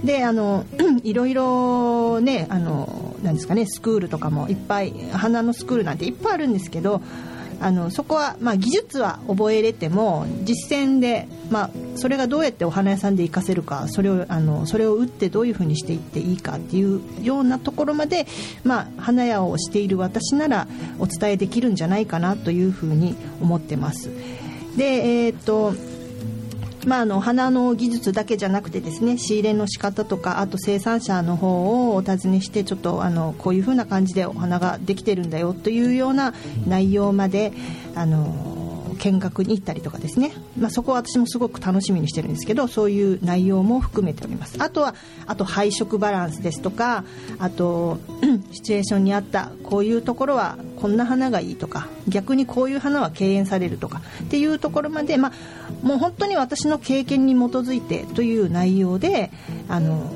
であの (clears throat) いろいろねあのなんですかねスクールとかもいっぱい花のスクールなんていっぱいあるんですけどあのそこは、まあ、技術は覚えれても実践で、まあ、それがどうやってお花屋さんで活かせるかそれをあのそれを打ってどういうふうにしていっていいかっていうようなところまで、まあ、花屋をしている私ならお伝えできるんじゃないかなというふうに思ってます。でえーっとまあ、あの花の技術だけじゃなくてですね仕入れの仕方とかあと生産者の方をお尋ねしてちょっとあのこういう風な感じでお花ができてるんだよというような内容まであの見学に行ったりとかですね、まあ、そこは私もすごく楽しみにしてるんですけどそういう内容も含めておりますあとはあと配色バランスですとかあとうんシチュエーションに合ったこういうところはこんな花がいいとか逆にこういう花は敬遠されるとかっていうところまで、まあ、もう本当に私の経験に基づいてという内容であの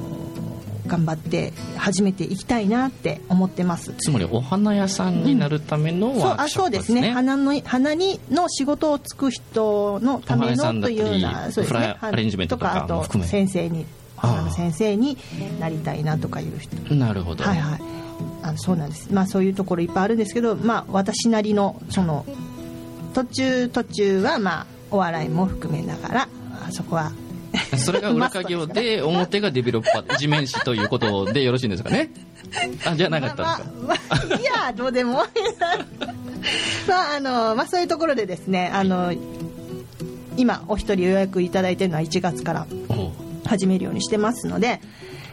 頑張って始めていきたいなって思ってます。
つまりお花屋さんになるための
そう
ワー
あ
クショッ
そう
プ
で
ですす
ね
ね。
花の花にの仕事をつく人のため
お花屋さん
のと
だっ
い
たり
うようなそうです
フライ
ね
アレンジメントとか
あ
も
と
含め
先生に
あー
花の先生になりたいなとかいう人
なるほど。
はいはいあそうなんですまあそういうところいっぱいあるんですけどまあ私なりのその途中途中はまあお笑いも含めながらあそこは
それが裏稼業で表がデベロッパー地面師ということでよろしいんですかねあじゃなかったんですか、
まあまあ、いやどうでも (laughs) まああのまあそういうところでですねあの今お一人予約いただいてるのは1月から
おう
始めるようにしてますので、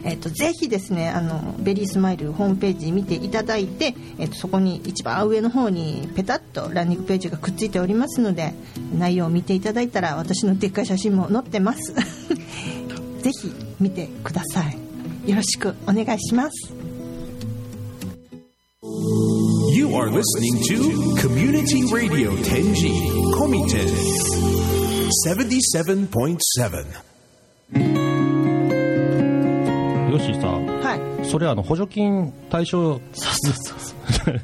えっとぜひですねあのベリースマイルホームページ見ていただいて、えっとそこに一番上の方にペタッとランニングページがくっついておりますので内容を見ていただいたら私のでっかい写真も載ってます (laughs) ぜひ見てくださいよろしくお願いします。
You are listening to Community Radio Tenji Komite 77.7.
よしさん、
はい
それあの補助金対象。そうそう (laughs) そう。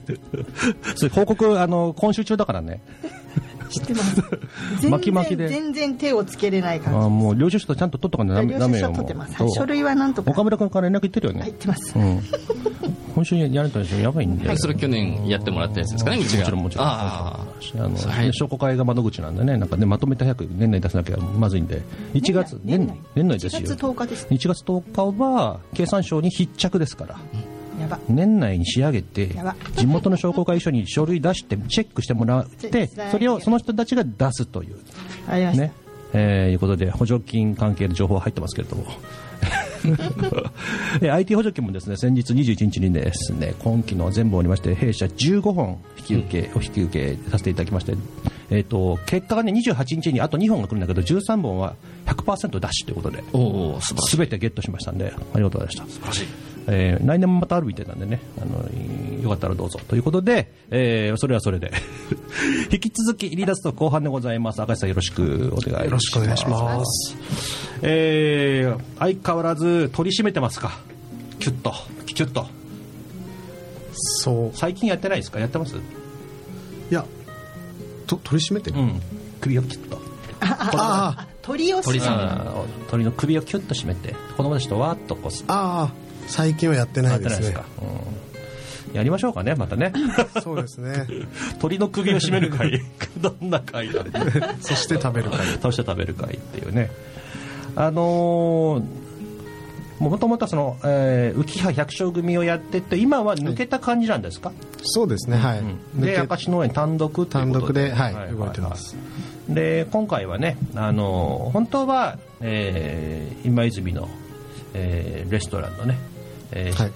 それ報告あの今週中だからね。
知ってます。
巻き巻きで
全然全然手をつけれない
あ
感
もう領収書とちゃんと取っとかな
じ。
いと
領
ダ
収
メ
書
よ。
は
も
取
う
ってます。はい書類はなんとか
岡
入
村君から連絡いってるよね。
ってます。
うん。今週やりたいでしょやばいんだよ。
それ去年やってもらったやつですかねう
も
ち
ち
が
ろんもちろん
あ
あの、
はい
ね商工会が窓口なんでねなんかねまとめて早く年内出さなきゃまずいんで1月年内年内ですよ
1月10日です。
1月10日は経産省に必着ですから
やば。
年内に仕上げて
やば
地元の商工会所に書類出してチェックしてもらっ
チェッ
て
クして
それをその人たちが出すという
ありました。 (laughs)
ねえーいうことで補助金関係の情報は入ってますけれどもえ IT 補助金もですね先日21日にですね今期の全部終わりまして弊社15本引き受け、お引き受けさせていただきまして、えー、と結果がね28日にあと2本が来るんだけど13本は100%ダッシュということで
おお素晴らしい
全てゲットしましたんでありがとうございましたえー来年もまたあるみたいなんでねあのよかったらどうぞということで、えーそれはそれで (laughs) 引き続きリーダスト後半でございます赤石さんよろしくお願いします
よろしくお願いします
えー相変わらず取り締めてますかキュッとキュッと
そう
最近やってないですかやってます
いやと取り締めてる、
うん首をキュッと
あ
鳥を
鳥さん
あー鳥の首をキュッと締めて子供たちとわーっとこうす
あああ最近はやってないですね
やってないですかうんやりましょうかねまたね
そうですね
鳥の首を締める会 (laughs) どんな会だ
そして食べるから
倒して食べる会っていうねあのーもともとその、えー、浮葉百姓組をやってて今は抜けた感じなんですか、
そうですねはい、
で
抜け
明石農園単独っていうこと
単独ではい動いてます
で今回はねあの本当は、えー今泉の、えーレストランのね、えー
はい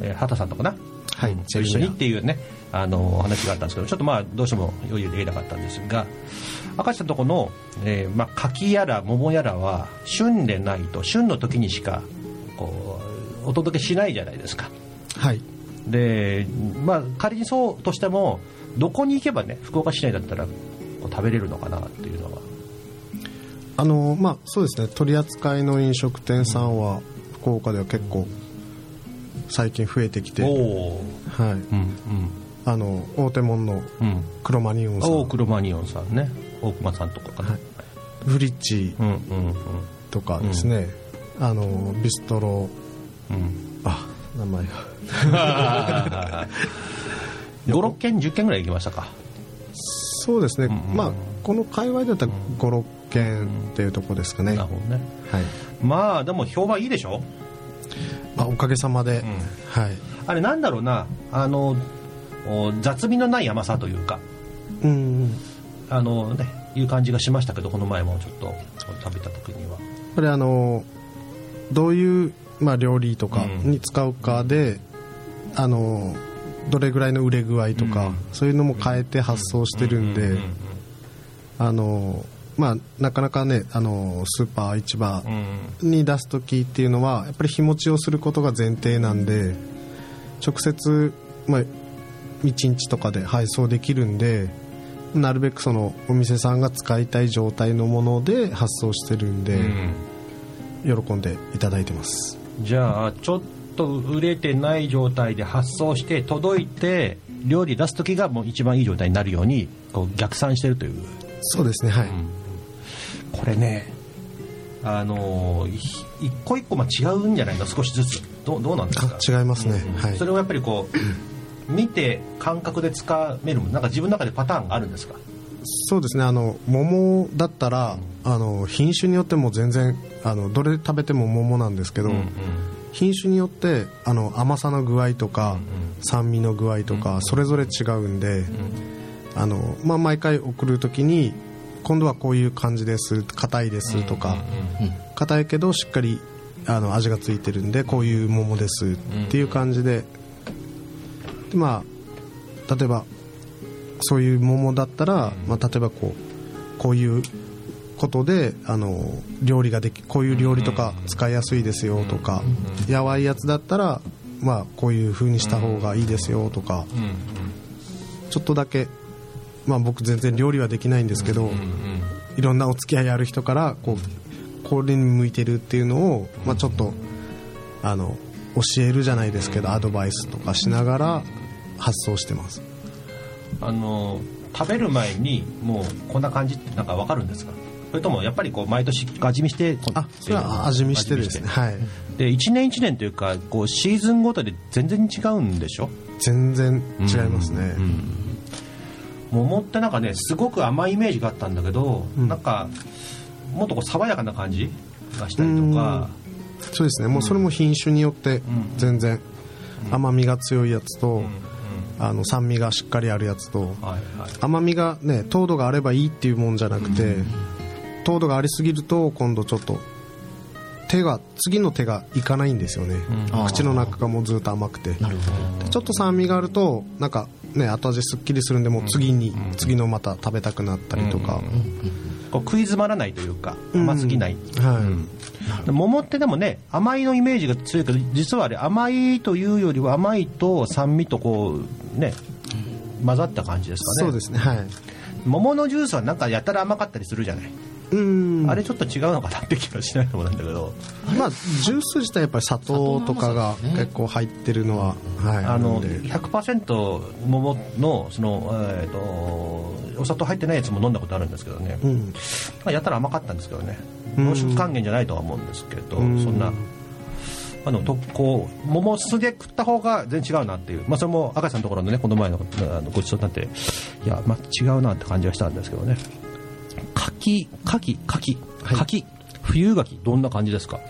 えー畑さんとかな、
はい
うん一緒にっていうねあのお話があったんですけどちょっとまあどうしても余裕できなかったんですが明石さんのとこの、えーまあ、柿やら桃やらは旬でないと旬の時にしかこうお届けしないじゃないですか。
はい
で、まあ、仮にそうとしてもどこに行けばね福岡市内だったらこう食べれるのかなっていうのは
あのまあそうですね取り扱いの飲食店さんは福岡では結構最近増えてきて、はい、
おーうん
あの大手門の
うんうん
黒マニオンさ
大
ん
黒マニオンさんね大熊さんとかかな、
はいフリッチ
うんうんうん
とかですね、あのビストロ
うん
あ名前が
(laughs) 56件10件ぐらい行きましたか
そうですね、
んうん
まあこの界隈だったら56軒っていうとこですかね、
なるほどね
はい
まあでも評判いいでしょ
まあ、おかげさまで、
ん
はい、
あれなんだろうなあのお雑味のない甘さというか
うんうん、
あのねいう感じがしましたけどこの前もちょっと食べた時には
これあのどういう、まあ、料理とかに使うかで、あのどれぐらいの売れ具合とか、
うん
そういうのも変えて発送してるんで、
うう
あのまあ、なかなかねあのスーパー市場
うんうん
に出す時っていうのはやっぱり日持ちをすることが前提なんで直接、まあ、1日とかで配送できるんでなるべくそのお店さんが使いたい状態のもので発送してるんで。喜んでいただいてます
じゃあちょっと売れてない状態で発送して届いて料理出す時がもう一番いい状態になるようにこう逆算してるという
そうですねはい、
これねあのーひ一個一個まあ違うんじゃないの少しずつどうどうなんですか
あ違いますね、
うん
はい
それをやっぱりこ
(clears throat)
う見て感覚でつかめるものなんか自分の中でパターンがあるんですか
そうですねあの桃だったらあの品種によっても全然あのどれ食べても桃なんですけど、品種によってあの甘さの具合とか、酸味の具合とか、それぞれ違うんで、あのまあ、毎回送る時に今度はこういう感じです硬いですとか硬、いけどしっかりあの味がついてるんでこういう桃ですっていう感じででまあ例えばそういう桃だったら、まあ、例えばこうこういうことであの料理ができこういう料理とか使いやすいですよとか、やわいやつだったら、まあ、こういう風にした方がいいですよとか、ちょっとだけ、まあ、僕全然料理はできないんですけど、いろんなお付き合いある人からこうこれに向いてるっていうのを、まあ、ちょっとあの教えるじゃないですけどアドバイスとかしながら発送してます。
あの食べる前にもうこんな感じってなんかわかるんですかそれともやっぱりこう毎年味見してこう
あそれは味見してですねはい
で1年1年というかこうシーズンごとで全然違うんでしょ
全然違いますね、
桃ってなんかねすごく甘いイメージがあったんだけど、
うん
なんかもっとこう爽やかな感じがしたりとか、
そうですねもうそれも品種によって全然甘みが強いやつと、あの酸味がしっかりあるやつと、
はいはい
甘みがね糖度があればいいっていうもんじゃなくて、糖度がありすぎると今度ちょっと手が次の手がいかないんですよね、
うん
口の中がもうずっと甘くて
なるほど
ちょっと酸味があるとなんかね後味すっきりするんでもう次に、次のまた食べたくなったりとか、
こう食い詰まらないというか
うん
甘すぎない、
はい
桃ってでもね甘いのイメージが強いけど実はあれ甘いというよりは甘いと酸味とこうね混ざった感じですかね
そうですねはい
桃のジュースはなんかやたら甘かったりするじゃない、
うん
あれちょっと違うのかなって気がしないのもなんだけど、
まあジュース自体やっぱり砂糖とかが
砂糖の甘さですね
結構入ってるのは、はい
あの
るんで
100%桃のその、えー、とお砂糖入ってないやつも飲んだことあるんですけどね、
うん
まあやたら甘かったんですけどね
うん
濃縮還元じゃないとは思うんですけど、
うん
そんな。あのとこう桃酢で食った方が全然違うなっていう、まあ、それも赤井さんのところのねこの前のあのごちそうになっていや、まあ、違うなって感じはしたんですけどね柿柿柿柿、冬柿どんな感じですか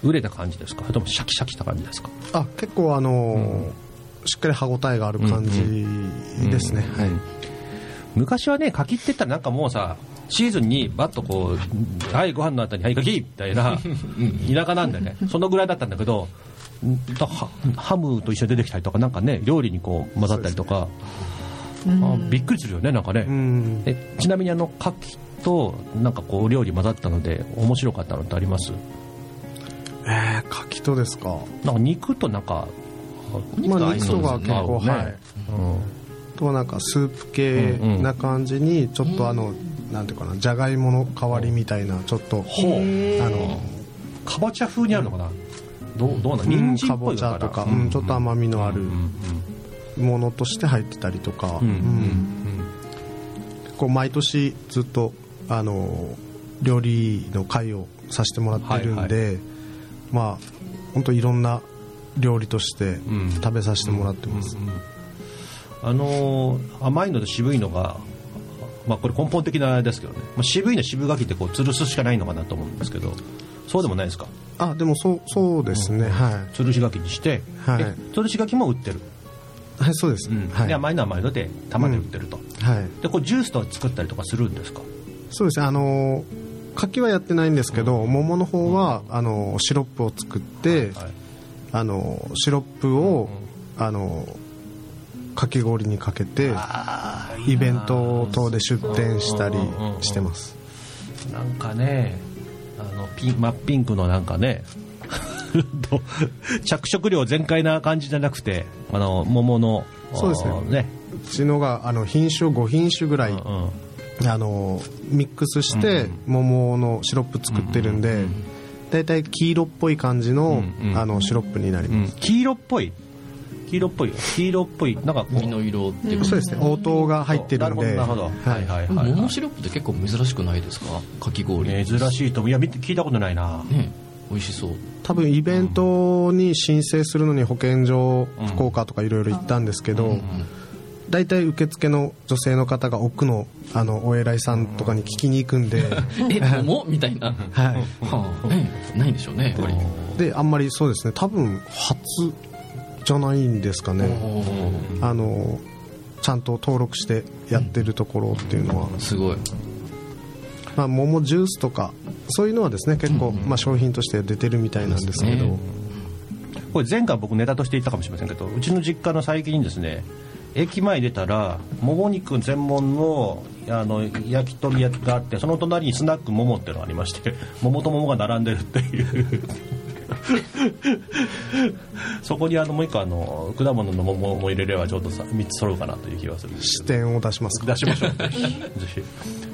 熟れた感じですかそれともシャキシャキした感じですか
あ結構あのーしっかり歯ごたえがある感じですね、はい
昔はね柿って言ったらなんかもうさシーズンにバッとこう「はいご飯のあたりはい柿」みたい
(laughs)
な田舎なんだよねそのぐらいだったんだけどんとハハムと一緒に出てきたりとかなんかね料理にこう混ざったりとか、あびっくりするよねなんかね、
うん
えちなみにあの柿となんかこう料理混ざったので面白かったのってあります
えー、柿とですか
なんか肉となんか
ま
と
あ
合い
肉
そう
と
です
が
ね
結構、
ね
はいあとはなんかスープ系
うんうん
な感じにちょっとあの、なんていうかなじゃがいもの代わりみたいなちょっと、あの
かぼちゃ風にあるのかな、どうどうなの
うん
人参
か
っぽ
ぼ
いの
ちゃとか、
な
うんちょっと甘みのあるものとして入ってたりとか、
うん
うん結構毎年ずっとあの料理の会をさせてもらってるんで、まあ本当いろんな料理として
ん
食べさせてもらってます、
あのー甘いのと渋いのが、まあ、これ根本的なあれですけどね、まあ、渋いの渋柿ってこう吊るすしかないのかなと思うんですけどそうでもないですか
あでもそうそうですね、はい
吊るし柿にして、
はい
で吊るし柿も売ってる、
はい、そうです、はい、
で甘いのは甘いので玉で売ってると、
はい、
でこうジュースと作ったりとかするんですか
そうですねあの柿はやってないんですけど、桃の方はあのシロップを作って、
はい
あのシロップを、あのかき氷にかけてイベント等で出店したりしてます
なんかねあのピン真っピンクのなんかね (laughs) と着色料全開な感じじゃなくてあの桃の
そうですね
あのね、
うちのがあの品種を5品種ぐらい、
うん、
あのミックスして桃のシロップ作ってるんで、大体黄色っぽい感じの,、あのシロップになります、
黄色っぽい黄色っぽい黄色っぽいなんかこう
身の色っていうか
そうですね応答が入ってるんで
なるほどなるほどはいはいはい、
桃シロップって結構珍しくないですかかき氷ね
珍しいと思ういや見て聞いたことないな
美味し (laughs) そう
多分イベントに申請するのに保健所福岡とかいろいろ行ったんですけど大体受付の女性の方が奥のあのお偉いさんとかに聞きに行くんで、
え桃みたいな
は
はあねないんでしょうねやっぱり
い、であんまりそうですね多分初じゃないんですかね
おー
あのちゃんと登録してやってるところっていうのは、
すごい
まあ、桃ジュースとかそういうのはですね結構、まあ、商品として出てるみたいなんですけど、
ね
これ前回僕ネタとして言ったかもしれませんけどうちの実家の最近にですね駅前出たら桃肉専門のあの焼き鳥屋があってその隣にスナック桃っていうのがありまして (laughs) 桃と桃が並んでるっていうそこにあのもう一個あの果物の桃も入れればちょうどさ3つ揃うかなという気がするんですけど
視点を出しますか
出しましょうぜひ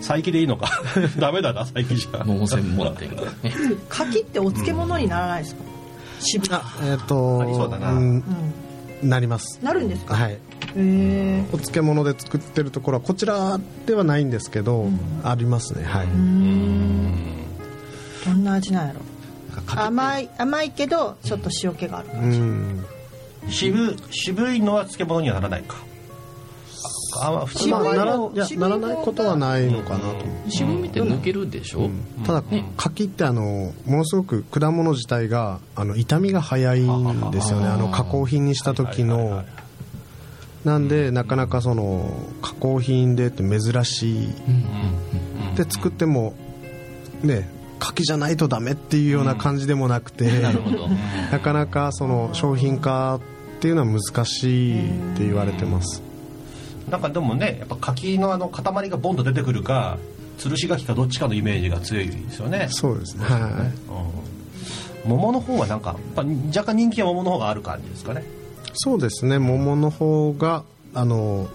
最近でいいのか (laughs) ダメだな最近じゃ
桃専門店 (laughs) がね
柿ってお漬物にならないですか、渋い
えっ、と
ありそうだなん
なります
なるんですか
はい
へえ
お漬物で作ってるところはこちらではないんですけど、ありますねはい、
どんな味なんやろ甘い甘いけどちょっと塩気がある、
うん
渋渋いのは漬物にはならないかああ普通
ま
の
あならいや
渋い
ならないことはないのかなと思う、
渋みって抜けるでしょ
ただ柿ってあのものすごく果物自体があの傷みが早いんですよねあの加工品にした時のなんでなかなかその加工品でって珍しいで作ってもね柿じゃないとダメっていうような感じで (laughs) もなくて、
なるほど。
なかなかその商品化っていうのは難しいって言われてます
なんかでもねやっぱ柿のあの塊がボンと出てくるか吊るし柿かどっちかのイメージが強いですよね
そうですねはい
うん桃の方はなんかやっぱ若干人気は桃の方がある感じですかね
そうですね桃の方があの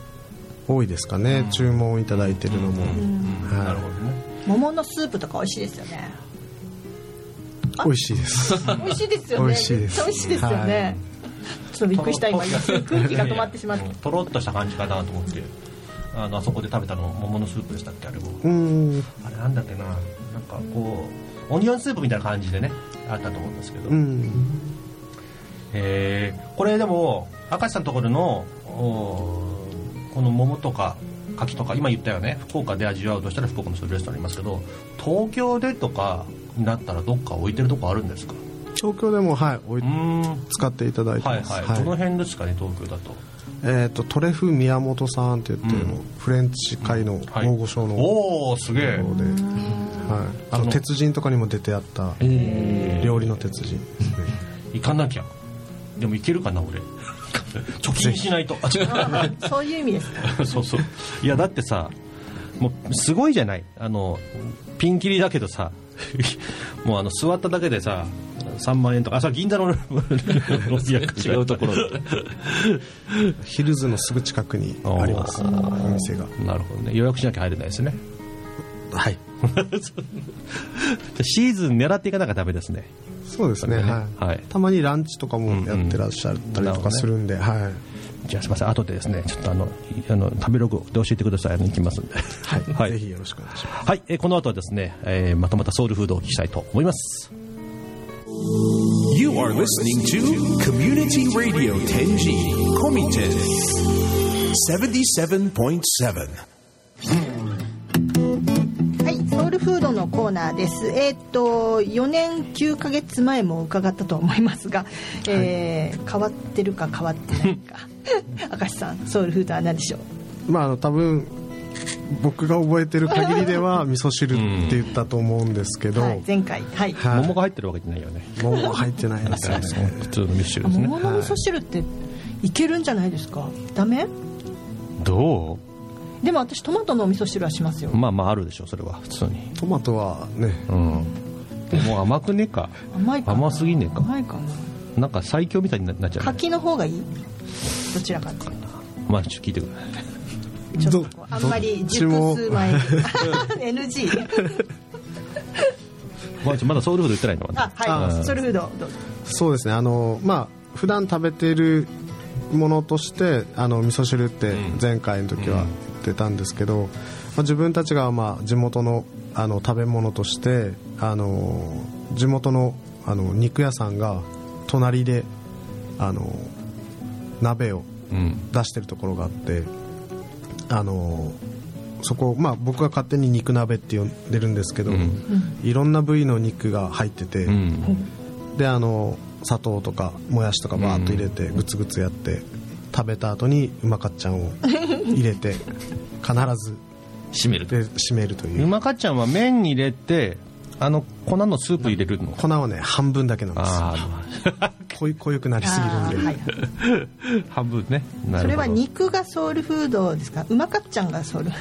多いですかね、注文いただいてるのも、はい
なるほどね
桃のスープとか美味しいですよね
美味しいです
美味しいですよね
美味しいで
め
す
っちゃ美味しいですよね、
はい
ちょっとびっくり
(laughs)
した今空気が止まってしまって
うんとろっとした感じかなと思ってあのあそこで食べたの桃のスープでしたっけあれも
うん
あれなんだっけななんかこうオニオンスープみたいな感じでねあったと思うんですけど、
うん
えーこれでも明石さんのところのおーこの桃とか柿とか今言ったよね福岡で味わうとしたら福岡のそういうレストランありますけど東京でとかになったらどっか置いてるとこあるんですか
東京でもはいおいう
ーんは
使っていただい
い
て
はい、
ます、はい
どの辺ですかね東京だと
えー、とトレフ宮本さんって言って、
うん
もうフレンチ界の
はい
大御所の方
おおすげ
で、
え
はい、あの鉄人とかにも出てあった料理の鉄人ですね
行かなきゃでも行けるかな俺貯金しないとあ違う
そういう意味です
(laughs) そうそういやだってさもうすごいじゃないあのピンキリだけどさ (laughs) もうあの座っただけでさ3万円とかあそれ銀座の (laughs) 違
違うところ
ヒルズのすぐ近くにあります
お
お店が
なるほどね予約しなきゃ入れないですね
はい
シーズン狙っていかなきゃダメですね
そうですね
そうだね
はい、
はい
たまにランチとかもやってらっしゃったりとかするんで、はい
じゃあすいません後でですねちょっとあのあの食べログで教えてくださいあの行きますんではい、は
ぜ
い
ひよろしくお願いします
はいえーこの後はですね、えーまたまたソウルフードをお聞きしたいと思います
You are listening to Community Radio Tenji, Komiten 77.7.
はい、ソウルフードのコーナーです。えーっと4年9ヶ月前も伺ったと思いますが、えー変わってるか変わってないか。明石さん、ソウルフードは何でしょう。
まああの多分僕が覚えてる限りで (laughs) は味噌汁って言ったと思うんですけど、
はい、前回、はい。
はい
桃が入ってるわけじゃないよね
桃が入ってないですよね
普通のミッシュルですね
桃の味噌汁っていけるんじゃないですか。ダメ？
ど
でも私トマトのお味噌汁はしますよ
う。まあまああるでしょうそれは普通に
トマトはね
うんもう甘くねえか
甘いかな。
甘すぎねえか
甘いかな。
なんか最強みたいにななっちゃうね
柿の方がいい？どちらかっていうと。
まあちょっと聞いてください
ちょっとこうあんまり熟数前に (laughs) NG
まあちょまだソウルフード言ってないのか
あ
な
は
うん
いソウルフードどうぞ
そうですねあのまあ普段食べてるものとしてあの味噌汁って前回の時は言ってたんですけど、まあ、自分たちがまあ地元のあの食べ物としてあの地元のあの肉屋さんが隣であの鍋を
うん
出してるところがあってあのそこ、まあ、僕が勝手に肉鍋って呼んでるんですけど、いろんな部位の肉が入ってて。
うん
であの砂糖とかもやしとかバーッと入れてグツグツやって食べた後にうまかっちゃんを入れて必ず
閉めると。
で締めるというう
まかっちゃんは麺に入れてあの粉のスープ入れるの
粉はね半分だけなんです
あ
濃い濃ゆくなりすぎるん
あ
で、
ーはい
あ半分ねなるほど
それは肉がソウルフードですかうまかっちゃんがソウル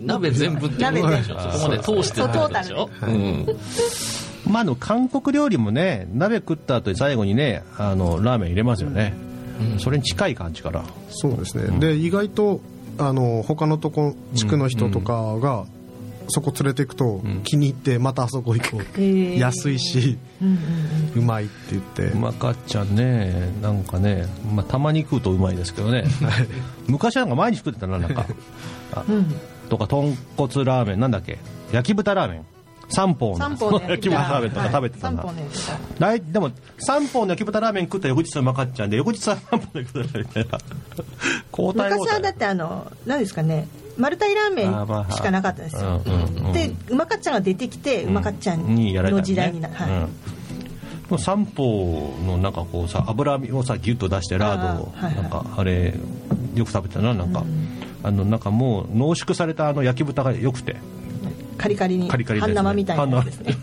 鍋全部って
鍋
こと
全
で
部
しょ (laughs) そこまで通して
そう
食べるでしょ
ト
うん。
まああの韓国料理もね鍋食った後に最後にねあのラーメン入れますよねそれに近い感じから
そうですねで意外とあの他のとこ地区の人とかがそこ連れていくと気に入ってまたあそこ行こう
へー
安いしうまいって言って
うまかっちゃんねなんかね、まあ、たまに食うとうまいですけどね昔なんか毎日食ってたななんかあとか豚骨ラーメンなんだっけ焼き豚ラーメン三方の
三
(laughs)
方ね
焼き豚ラーメンとか食べてた
はい
な、
三方ね
来でも三方の焼き豚ラーメン食った翌日はうまかっちゃんで翌日は三方の焼き豚ラーメンみたいな
(laughs)
交代交
昔はだ
代
ってあの何ですかね丸太ラーメンしかなかったんです
あ
よ
ーまあうんうんうん
でうまかっちゃんが出てきてうまかっちゃん
にやられた
の
んで
時
ね
代にな
うん
は
でも三方のなんかこうさ脂身をさギュッと出してラードを
あーはいはい
なんかあれよく食べてたななんか、あのなんかもう濃縮されたあの焼き豚がよくて
いカリカリに
カリカリです
半
ね
生みたいな
半生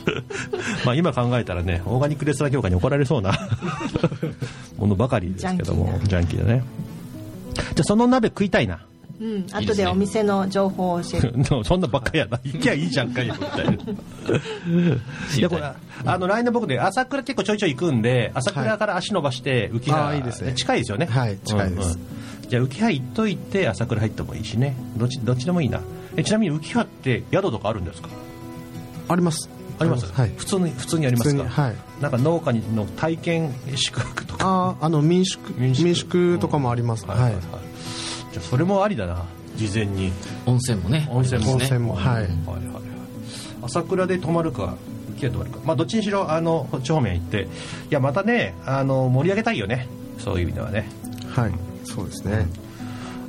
(laughs) まあ今考えたらねオーガニックレストラン協会に怒られそ
(laughs)
うなものばかりですけどもジャンキーだねじゃあその鍋食いたいな
うん
いい
後
です
で
ね
お店の情報を
(laughs)
教える
そんなばっかりやな行きゃいいじゃんかよみた
(laughs)
いないやこれあの来年僕ね朝倉結構ちょいちょい行くんで朝倉から足伸ばして浮き
あ
原
ーいいですね
近いですよね
はい近いです
じゃあ浮き原行っといて朝倉入ってもいいしねどっちどっちでもいいなえちなみに浮き原って宿とかあるんですか
あります
あります、
はい
普通に普通にありますか
普通にはい
なんか農家の体験宿泊とか
あーあの民宿
民宿
民宿とかもあります、
はいは
はいい
はいじゃあそれもありだな事前に
温泉もね
温泉も
温
ね
泉もはい
はいはいはい朝倉で泊まるか浮きで泊まるか、まあ、どっちにしろあのこっち方面行っていやまたねあの盛り上げたいよねそういう意味ではね
はいそうですね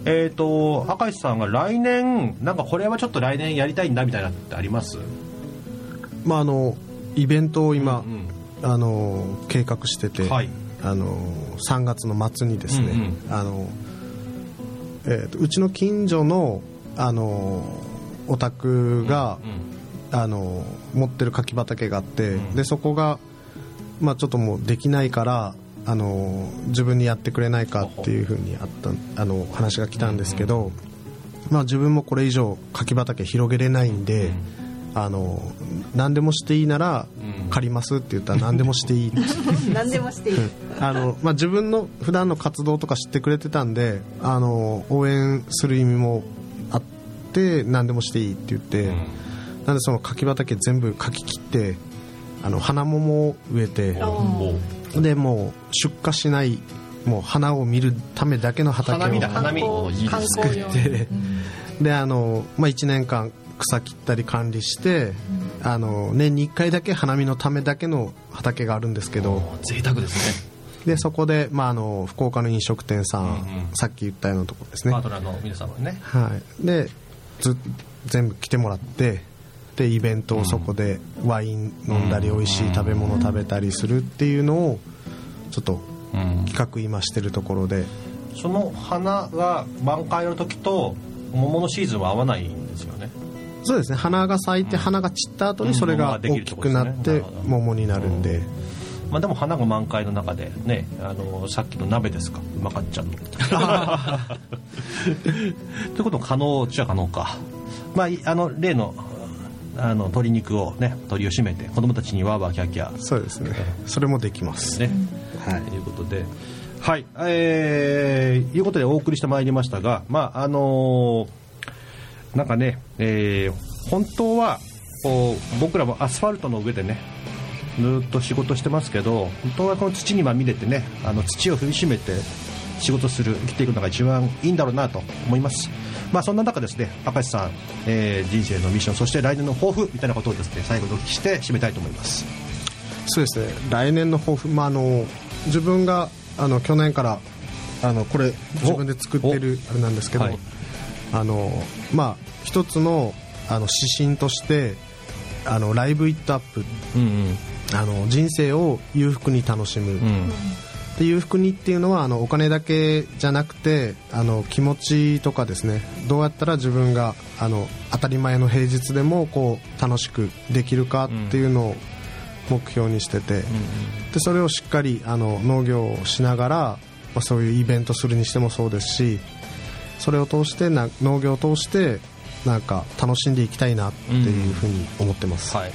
えっ、と赤石さんが来年なんかこれはちょっと来年やりたいんだみたいなのってあります
まああのイベントを今、
うん
あの計画してて、
はい
あの3月の末にですね、
う
あのえーとうちの近所のあのお宅が、あの持ってる柿畑があって、でそこが、まあ、ちょっともうできないからあの自分にやってくれないかっていうふうにあったあの話が来たんですけど、まあ、自分もこれ以上柿畑広げれないんで、あの何でもしていいなら借りますって言ったら何でもしていいって
何でもしていい
あのまあ、自分の普段の活動とか知ってくれてたんであの応援する意味もあって何でもしていいって言って、なんでその柿畑全部かき切ってあの花桃を植えてでもう出荷しないもう花を見るためだけの畑を
花見だ花見
おーいいですね
観光用
でであの、まあ、1年間草切ったり管理して、あの年に1回だけ花見のためだけの畑があるんですけど。
おー贅沢ですね
でそこで、まあ、あの福岡の飲食店さん、さっき言ったようなところですね
パー、トナーの皆様にね
はい、でず全部来てもらってでイベントをそこでワイン飲んだり、美味しい食べ物食べたりするっていうのをちょっと企画今してるところで、
その花が満開の時と桃のシーズンは合わないんですよね
そうですね花が咲いて花が散った後にそれ
う
が
ん
大きくなっ
なる
て
ほど
桃になるんで、
まあ、でも花が満開の中でねあのさっきの鍋ですかうまかっちゃんの。ということも可能っちゃ可能か、まあい、あの例のあの鶏肉をね鶏を締めて子供たちにわーわーキャーキャー
そうですねそれもできます、
ね、
はい
ということで。はい、えー、いうことでお送りしてまいりましたが、まああのーなんかね、えー本当はこう僕らもアスファルトの上でねずーっと仕事してますけど本当はこの土にまみれてねあの土を踏みしめて仕事する生きていくのが一番いいんだろうなと思います、まあ、そんな中ですね明石さん、えー人生のミッションそして来年の抱負みたいなことをですね最後にお聞きして締めたいと思います
そうですね来年の抱負、まあ、あの自分があの去年からあのこれ自分で作ってるあれなんですけど、
はい
あのまあ、一つのあの指針としてあのライブ・イット・アップ
うん
あの人生を裕福に楽しむ、
ん
で裕福にっていうのはあのお金だけじゃなくてあの気持ちとかですねどうやったら自分があの当たり前の平日でもこう楽しくできるかっていうのを目標にしてて、でそれをしっかりあの農業をしながら、まあ、そういうイベントするにしてもそうですしそれを通してな農業を通してなんか楽しんでいきたいなっていうふうに思ってます、
はい、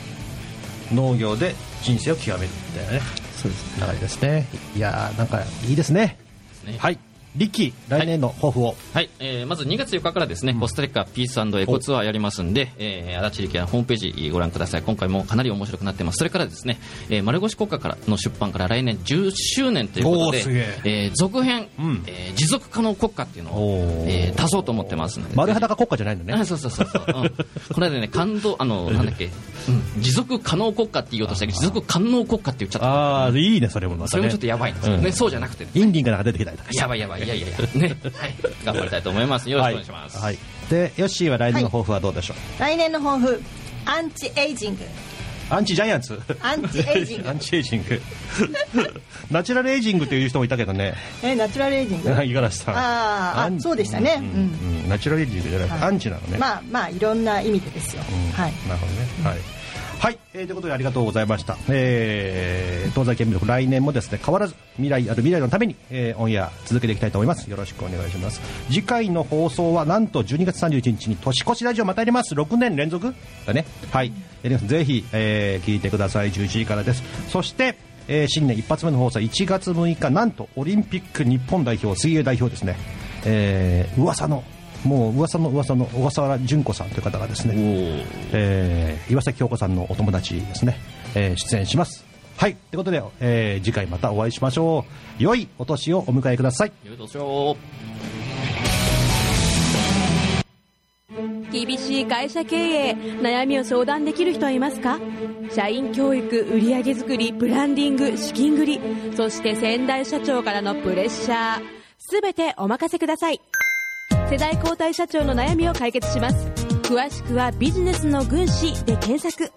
農業で人生を極めるみたいなね
そうです
流れですねいやーなんかいいですね
ね
はいリッキー来年の抱負を、
はい、えーまず2月4日からですね、コスタリカピースエコツアーやりますんで、えー、足立力也のホームページご覧ください。今回もかなり面白くなってます。それからですね、えー、丸腰国家からの出版から来年10周年ということ
おー
で、
すげえ
ー続編、
ん
えー持続可能国家っていうの
お
を、
ー
えー足そうと思ってますので。
丸裸国家じゃないのね
あそうそうそうそう、うん、これでね感動あのなんだっけ、うん、持続可能国家って言おうとしたけど持続官能国家って言っちゃった
ああいいねそれもまたね
それもちょっとやばいんですよね、
うん
そうじゃなくて
インディンがなんか出てきたりとか
やばいやばいいやいやいやねはい頑張りたいと思いますよろしくお願いします、
はい、はいでヨッシーは来年の抱負はどうでしょう、
来年の抱負アンチエイジング
アンチジャイアンツ
アンチエイジング
(laughs) アンチエイジングナチュラルエイジングっていう人もいたけどね
えナチュラルエイジング
五十嵐さん
あーあ
アン
そうでしたね
ん
うん
うんナチュラルエイジングじゃない、
はい
アンチなのね、
まあまあいろんな意味でですよ、
うん
はい
なるほどねはい、はいえーということでありがとうございました、えー東西見力来年もですね変わらず未来ある未来のために、えーオンエア続けていきたいと思いますよろしくお願いします次回の放送はなんと12月31日に年越しラジオまたやります6年連続だねはい、えー皆さんぜひ、えー聞いてください11時からですそしてえー新年一発目の放送は1月6日なんとオリンピック日本代表水泳代表ですね、えー、噂のもう噂の噂の小笠原純子さんという方がですねえー岩崎京子さんのお友達ですね、えー出演しますはいということで、えー次回またお会いしましょう良いお年をお迎えください
よいどうしよう
厳しい会社経営悩みを相談できる人はいますか社員教育売上づくりブランディング資金繰りそして先代社長からのプレッシャーすべてお任せください世代交代社長の悩みを解決します詳しくは「ビジネスの軍師」で検索